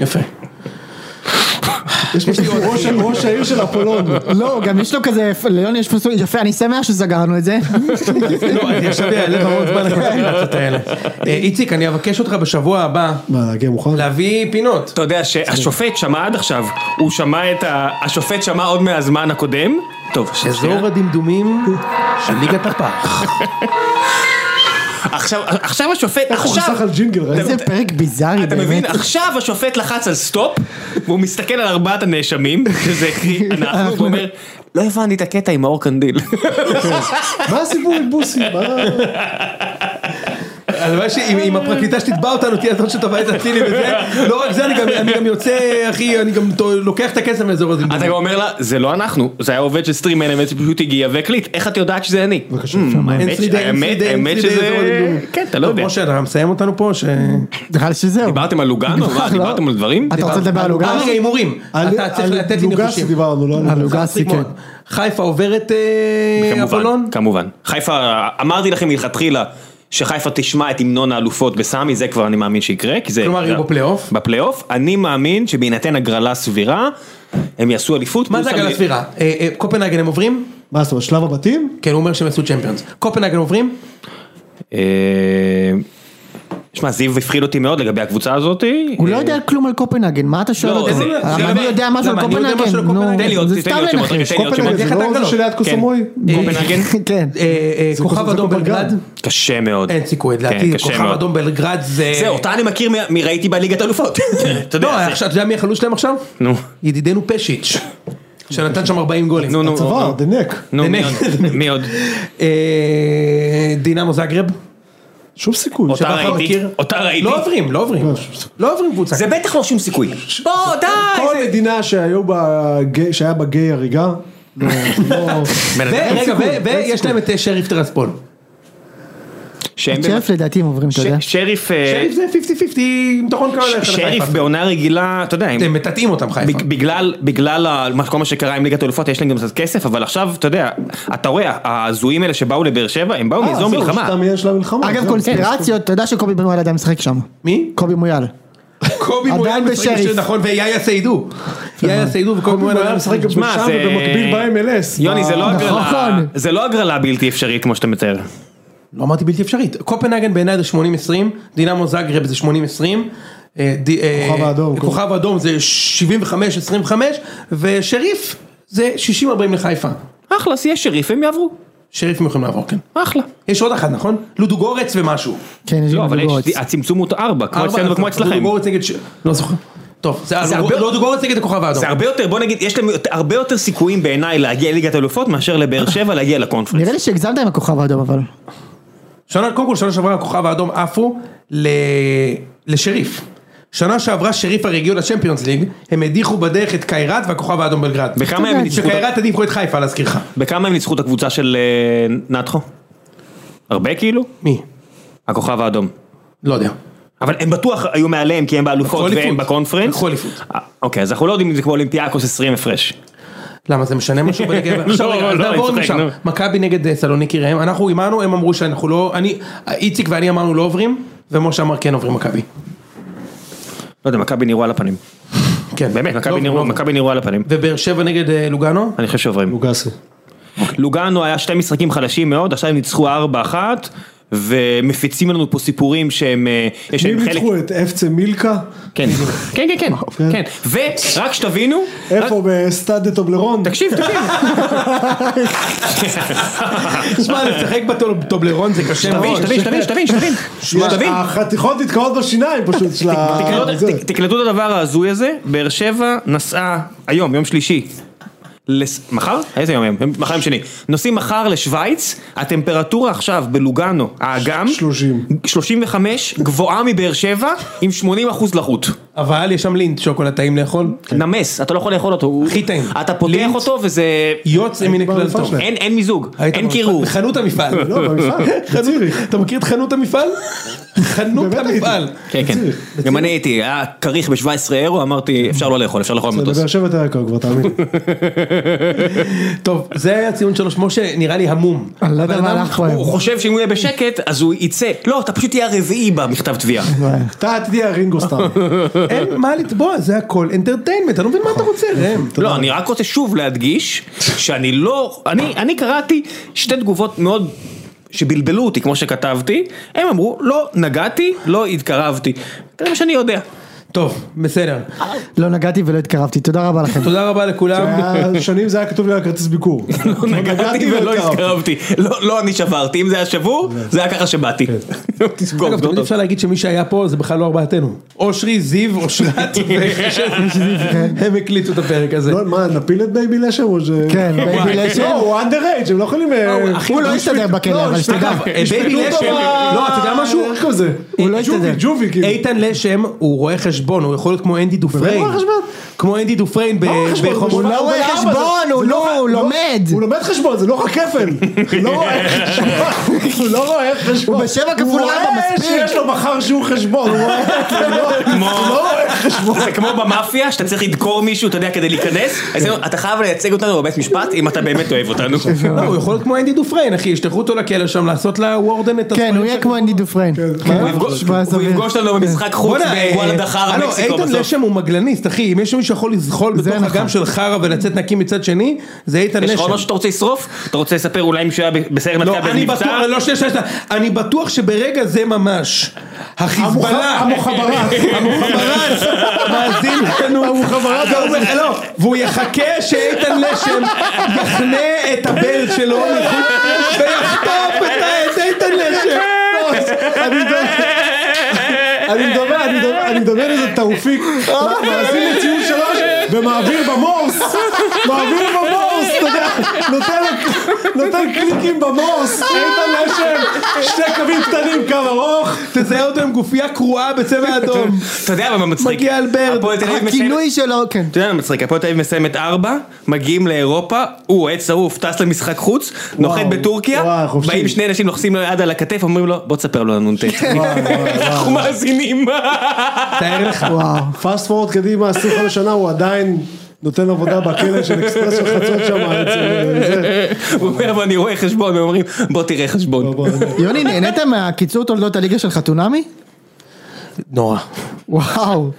יפה. יש לי ראש- ראש העיר של אפולון לא, גם יש לו כזה, ליוני יש פסוק, יפה, אני שמח שסגרנו את זה. <laughs> לא, אז ישב לי הלב המון זמן לקפריסין האלה. אה, איציק, אני אבקש אותך בשבוע הבא מה להגיע מוכן? להביא פינות. אתה יודע שהשופט שמע עד עכשיו, הוא שמע את ה... השופט שמע עוד מהזמן הקודם. טוב, שנייה. אזור הדמדומים של ליגת הפח. עכשיו, עכשיו השופט, איך הוא עכשיו... חסך על ג'ינגל ראית? <laughs> איזה פרק ביזארי אתה מבין? אה, באמת. עכשיו השופט לחץ על סטופ, והוא מסתכל על ארבעת הנאשמים, שזה קרי אנחנו, והוא אומר, לא הבנתי את הקטע עם האור קנדיל. מה הסיפור עם בוסי? מה- הלוואי שאם הפרקליטה שתתבע אותנו תהיה זאת שתבע את אצילי וזה, לא רק זה, אני גם- אני גם יוצא, אחי, אני גם ת- לוקח את הכסף מאזור הדמדומים. אתה גם אומר לה, זה לא אנחנו, זה היה עובד של סטרים אנמנט שפשוט הגיע והקליט, איך את יודעת שזה אני? בבקשה. אין האמת ש- סלידה, אין האמת- סלידה, אין האמת סלידה, שזה- אזור הדמדומים. כן, אתה לא טוב, יודע. משה, אתה מסיים אותנו פה, ש... נראה לי שזהו. דיברתם על לוגנו? מה, לא. דיברתם על דברים? אתה רוצה לדבר על אה, רגע, לוגסי? הימורים. על- אתה צריך על לתת לי לוגסי נחושים. אה, דיברנו, לא על על זה לוגסי, מצחיק כן. מאוד. חיפה עוברת אה, כמובן, אבולון? כמובן. חיפה, אמרתי לכם מלכתחילה. שחיפה תשמע את המנון האלופות בסמי, זה כבר אני מאמין שיקרה, כי זה... כלומר, יהיו בפלייאוף? בפלייאוף. אני מאמין שבהינתן הגרלה סבירה, הם יעשו אליפות. מה זה פלוס הגנה המ- סבירה? אה, אה, קופנהגן הם עוברים? מה זאת אומרת שלב הבתים? כן, הוא אומר שהם עשו צ'מפיונס. קופנהגן עוברים? אה, שמע, זיו הפחיד אותי מאוד לגבי הקבוצה הזאת. הוא לא יודע כלום על קופנהגן, מה אתה שואל לא, אותו? זה- זה- אבל זה- אני יודע משהו על למה, אני יודע משהו על קופנהגן, קופנהגן? תן לי עוד- נו, זה תן לי סתם עוד שמות, לנחש. תן לי עוד שמות. קופנהגן זה איך אתה לא גלו? זה שליד קוסומוי? כן. קופנהגן? <laughs> כן. אה, אה, כוכב זה אדום קופנהגן. בלגרד? קשה מאוד. אין סיכוי, כן, לדעתי קשה כוכב מאוד. אדום בלגרד זה... זה, אותה אני מכיר מ- מראיתי בליגת אלופות. <laughs> אתה לא, יודע, זה- עכשיו, אתה יודע מי החלוץ שלהם עכשיו? נו. ידידנו פשיץ', שנתן שם 40 גולים. נו, נו, צבא, נו, דנק. נו, מי דנק. עוד? מי <laughs> עוד? אה, דינמו זגרב? שום סיכוי. אותה שבכר ראיתי, מכיר? אותה ראיתי. לא עוברים, לא עוברים. לא עוברים קבוצה. זה בטח לא שום סיכוי. בוא, די! כל מדינה שהיו בה גיי- שהיה בה גיי הריגה. לא- לא- ו- רגע, ו- ויש להם את אה, שריף טרספול. שהם שרף לדעתי הם עוברים, אתה יודע. ש- שריף, אה, שריף זה 50-50 עם תוכן קרוב ש- ללכת שריף לחיפה. בעונה רגילה, אתה יודע, הם- אתם מטאטאים אותם חיפה. בג- בגלל, בגלל ה- מה- כל מה שקרה עם ליגת האלופות יש להם גם קצת כסף, אבל עכשיו, אתה יודע, אתה רואה, ההזויים האלה שבאו לבאר שבע, הם באו אה, מאזור זהו, מלחמה. שאתה מעניין של המלחמה. אגב זהו. קונספירציות, אתה יודע שקובי בן מויאל עדיין משחק שם. מי? קובי מויאל. קובי עדיין מויאל משחק בשריף. בשביל נכון, ויאיה סיידו. יאיה סיידו וקובי הוא מויאל היה משחק גם שמע, שם זה- ובמקביל ב-MLS. יוני, זה אה, לא הגרלה, נכון. זה לא הגרלה בלתי אפשרית כמו שאתה מתאר. לא אמרתי בלתי אפשרית. קופנהגן בעיניי זה 80-20, דינמו זאגרב זה 80-20. אה, ד- אה, כוכב האדום. כן. כוכב האדום זה 75-25, ושריף זה 60-40 לחיפה. אחלה, אז יש שריף, הם יעברו. שריף הם יכולים לעבור, כן. אחלה. יש עוד אחת, נכון? לודו גורץ ומשהו. כן, יש לא, גם אבל יש- גלוגורץ. הצמצום הוא ארבע, כמו ארבע, אצלנו וכמו נכון. לודו אצלכם. גורץ נגד... ש- לא זוכר. טוב, זה זה לודו- הרבה- לודו גורץ נגד הכוכב האדום. זה הרבה יותר, בוא נגיד, יש להם יותר- הרבה יותר סיכויים בעיניי להגיע לליגת האלופות מאשר לבאר שבע להגיע לקונפרנס. נראה לי שהגזמת עם הכוכב האדום אבל. שנה, קודם כל שנה שעברה הכוכב האדום עפו ל... לשריף. שנה שעברה שריף הרי הגיעו לצ'מפיונס ליג, הם הדיחו בדרך את קיירת והכוכב האדום בלגרד. בכמה הם ניצחו את ה- שקיירת הדיחו את חיפה להזכירך. בכמה הם ניצחו את הקבוצה של אה, נתחו? הרבה כאילו? מי? הכוכב האדום. לא יודע. אבל הם בטוח היו מעליהם כי הם באלופות לקחו והם אליפות. בקונפרנס. לקחו אליפות. אה, אוקיי, אז אנחנו לא יודעים אם זה כמו אולימפיאקוס 20 הפרש. למה זה משנה משהו <laughs> בליגה? עכשיו לא, רגע, אז לא, אני נעבור צוחק, משם. נו. מכבי נגד אה, סלוניקי ראם, אנחנו הימרנו, הם אמרו שאנחנו לא, אני, איציק ואני אמרנו לא עוברים, ומשה אמר כן עוברים מכבי. לא יודע, מכבי נראו על הפנים. כן. באמת, לא מכבי עוברים, לא נראו- עוברים. מכבי נראו על הפנים. ובאר שבע נגד אה, לוגאנו? אני חושב שעוברים. לוגסי. לוגאנו היה שתי משחקים חלשים מאוד, עכשיו הם ניצחו 4-1, ומפיצים לנו פה סיפורים שהם... אה, יש מי להם חלק... ניצחו את אפצה מילקה? כן, כן, כן, כן, כן. ורק שתבינו... איפה? בסטאדה טובלרון? תקשיב, <laughs> תקשיב. <laughs> תשמע, לשחק בטובלרון זה קשה תבין, מאוד. שתבין, שתבין, שתבין, שתבין. יש- שתבין. החתיכות נתקעות בשיניים פשוט של ה... תקלטו- זה. ת- תקלטו את הדבר ההזוי הזה, באר שבע נסעה היום, יום שלישי. לס... מחר? איזה יום הם? מחר יום שני. נוסעים מחר לשוויץ, הטמפרטורה עכשיו בלוגאנו, האגם, 30. 35, גבוהה מבאר שבע, עם 80 אחוז לחות. אבל יש שם לינט, שוקולד טעים לאכול. נמס, אתה לא יכול לאכול אותו. הוא- הכי טעים. אתה פותח לינץ. אותו וזה... יוצא מן הכלל במפעל טוב. שלהם. אין אין מיזוג, היית אין במפעל- קירור. בחנות המפעל. <laughs> לא, במפעל, בציריך. אתה מכיר את חנות <laughs> המפעל? חנות באמת הייתי. המפעל. כן, כן. בציריך, גם אני הייתי, היה כריך ב-17 אירו, אמרתי, אפשר לא לאכול, אפשר לאכול על זה מטוס. בבאר שבע יותר יקר כבר, תאמין. לי. טוב, זה היה ציון שלוש, משה נראה לי המום. אני לא יודע הבן מה אדם- הלך פה היום. הוא חושב שאם הוא יהיה בשקט, אז הוא יצא. לא, אתה פשוט תהיה הרביעי במכתב תביעה. אתה אתה תהיה רינגו סטאר. אין מה לתבוע, זה הכל אינטרטיינמנט, אני לא מבין מה אתה רוצה, ראם. לא, אני רק רוצה שוב להדגיש שאני לא, אני, אני קראתי שתי תגובות מאוד שבלבלו אותי, כמו שכתבתי, הם אמרו, לא נגעתי, לא התקרבתי. זה מה שאני יודע. טוב, בסדר. לא נגעתי ולא התקרבתי, תודה רבה לכם. תודה רבה לכולם. היה- אה, שנים זה היה כתוב לי על כרטיס ביקור. לא נגעתי ולא התקרבתי. לא, לא אני שברתי, אם זה היה שבור, זה היה ככה שבאתי. <laughs> תסגור, כן. אגב, תמיד תסגור. אפשר להגיד שמי שהיה פה זה בכלל לא ארבעתנו. אושרי, זיו, אושרת, ו- <laughs> הם הקליטו את הפרק הזה. לא, מה, נפיל את בייבי לשם או ש... כן, בייבי וואי, לשם. לא, הוא underage, הם לא יכולים... אה, אחי, הוא לא יסתדר בכלא, אבל שתדע. אגב, בייבי ישפטו לשם, אותו ב- לא, אתה יודע משהו? איך קוראים לזה? הוא לא ג'ובי, יסתדר. ג'ובי, כאילו. איתן לשם הוא רואה חשבון, הוא יכול להיות כמו אנדי דופריין. רואה חשבון? כמו אנדי דופריין ב- מה רואה חשבון? בחומר. הוא לא רואה ארבע, חשבון, זה- הוא זה לא- ח- הוא לומד. הוא לומד חשבון, זה לא רק כפל. הוא לא <laughs> רואה חשבון. הוא לא רואה חשבון. הוא בשבע כפול ארבע, מספיק. הוא רואה שיש לו מחר שהוא חשבון. הוא רואה- הוא לא- הוא לא רואה חשבון. זה כמו במאפיה, שאתה צריך לדקור מישהו, אתה יודע, כדי להיכנס, אז כן. אתה חייב לייצג אותנו בבית משפט, אם אתה באמת אוהב <laughs> אותנו. לא, הוא יכול להיות כמו אנדי דופריין, אחי, ישלחו אותו לכלא שם לעשות לוורדן את כן, הספרים הוא יהיה של- כמו אנדי דופריין. כן, הוא יפגוש- נשמע הוא סביר. יפגוש אותנו במשחק חוץ בואנה, אה, בוואלה דחארה הלו, מקסיקו איתן בסוף. לשם הוא מגלניסט, אחי, אם יש מישהו שיכול לזחול זה בתוך נכון. הגם של חרא ולצאת נקי מצד שני, זה איתן יש לך לשם. עוד משהו שאתה רוצה לשרוף? אתה רוצה לספר אולי אם שהוא היה ב- בסיירת לא, מטכ"ל אני בטוח, במבצע? לא, שנייה, שנייה, שנייה, אני בטוח שברגע זה ממש, החיזבאללה, המוחברת. <laughs> המוחברס, מאזין לנו, המוחברס, לא, והוא יחכה שאיתן לשם יחנה את הבן שלו מחוץ, ויחטוף את ה- את איתן לשם. כן. לא, אני מדבר- אני מדבר, אני מדבר, אני מדבר איזה תאופיק, מאזין לציון שלוש ומעביר במורס, מעביר במורס, אתה יודע, נותן- נותן קליקים במורס, איתן לשם, שתי קווים קטנים, קו ארוך, תזהה אותו עם גופייה קרועה בצבע אדום. אתה יודע מה מצחיק? מגיע אלברט, הפועל תל אביב מסיימת- הכינוי שלו, <laughs> כן. אתה יודע מה מצחיק? הפועל תל אביב מסיימת 4, מגיעים לאירופה, הוא אוהד שרוף, טס למשחק חוץ, נוחת בטורקיה, וואי, חופשי. באים שני אנשים לוחסים לו יד על הכתף, אומרים לו בוא תספר לו על <laughs> הנ"ט. אנחנו מאזינים. תאר לך. וואו. פאסט פורד קדימה 25 שנה הוא עדיין נותן עבודה בכלא של אקספרס של חצות שם, אצל- זה. הוא אומר אבל אני רואה חשבון, הם אומרים בוא תראה חשבון. בוא, בוא. יוני, נהנית מהקיצור תולדות הליגה של חתונמי? נורא. וואו.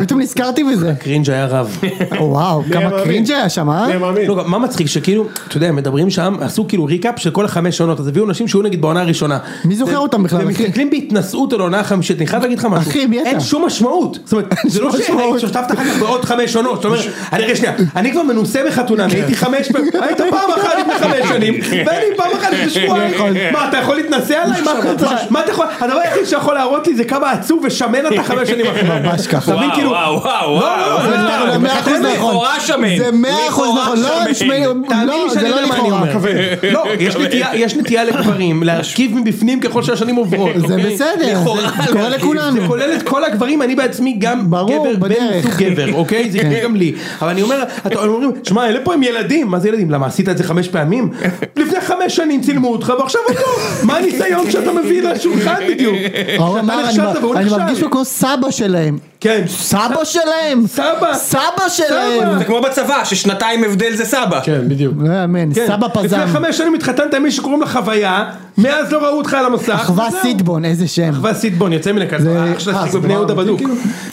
פתאום נזכרתי בזה. קרינג' היה רב. וואו, היה כמה מאמין? קרינג' היה שם, אה? אני מאמין. לא, גם מה מצחיק שכאילו, אתה יודע, מדברים שם, עשו כאילו ריקאפ של כל החמש עונות, אז הביאו נשים שהיו נגיד בעונה הראשונה. מי זוכר ו- אותם בכלל, אחי? ומסתכלים בהתנשאות על העונה החמישית, אני חייב להגיד לך משהו. אחי, מי אתה? אין שום משמעות. זאת אומרת, זה לא ששותפת אחר כך בעוד חמש עונות, זאת אומרת, אני רגע שנייה, אני כבר מנוסה בחתונה, כן. אני הייתי חמש פעמים, היית פעם אחת לפני חמש שנים, ואני פעם אחת לפני שבועיים. נכון. מה, אתה יכול להתנשא עליי? מה- מה- מה אתה יכול, הדבר היחיד שיכול להראות לי זה כמה עצוב ושמן אתה חמש שנים אחרי. ממש ככה. אתה מבין, כאילו, וואו וואו לא, לא, וואו. לא, זה לא, מאה אחוז זה נכון. לכאורה שמן. זה מאה אחוז לכאורה נכון. לא, שמן. תשמעי, תאמין לא, לי זה שאני לא יודע מה אני לכאורה. אומר. לא, יש נטייה- יש נטייה לגברים להשכיב מבפנים ככל שהשנים עוברות. זה אוקיי? בסדר, לכאורה, זה קורה להגיד, זה לכולנו. כולל את כל הגברים, אני בעצמי גם ברור, גבר בן בדרך. כן. סוג גבר, אוקיי? זה יקרה גם לי. אבל אני אומר, אתם אומרים, שמע, אלה פה הם ילדים, מה זה ילדים? למה עשית את זה חמש פעמים? לפני חמש שנים צילמו אותך ועכשיו אותו, מה הניסיון שאתה מביא לשולחן בדיוק? ההוא שאתה אמר, אני נכשלת מ- והוא אני נכשל. מרגיש פה כמו סבא שלהם. כן. סבא שלהם? סבא. סבא שלהם! זה כמו בצבא, ששנתיים הבדל זה סבא. כן, בדיוק. לא יאמן, כן. סבא פזם. לפני חמש שנים התחתנת עם מישהו שקוראים לה חוויה, מאז לא ראו אותך על המסך. אחווה וזהו. סיטבון, איזה שם. אחווה סיטבון, יוצא מן הכלל. אה, זה- אח שלה שיחק זה בבני יהודה דבר בדוק.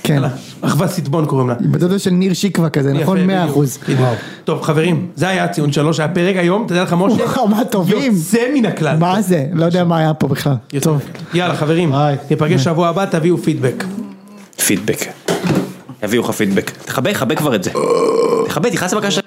כן. אחווה סיטבון קוראים לה. בדודו של ניר שיקווה כזה, נכון? יפה, 100 בדיוק. אחוז. בדיוק. טוב חברים, זה היה הציון שלוש, היה פרק היום, תדע לך משה, וואו, <laughs> מה טובים. יוצא מן הכלל. מה זה? לא יודע מה היה פה בכלל. יוצא טוב. מן הכלל. יאללה חברים, ביי. ניפגש שבוע הבא, תביאו פידבק. פידבק. יביאו לך פידבק. תכבה, תכבה כבר את זה. תכבה, תכנס לבקשה.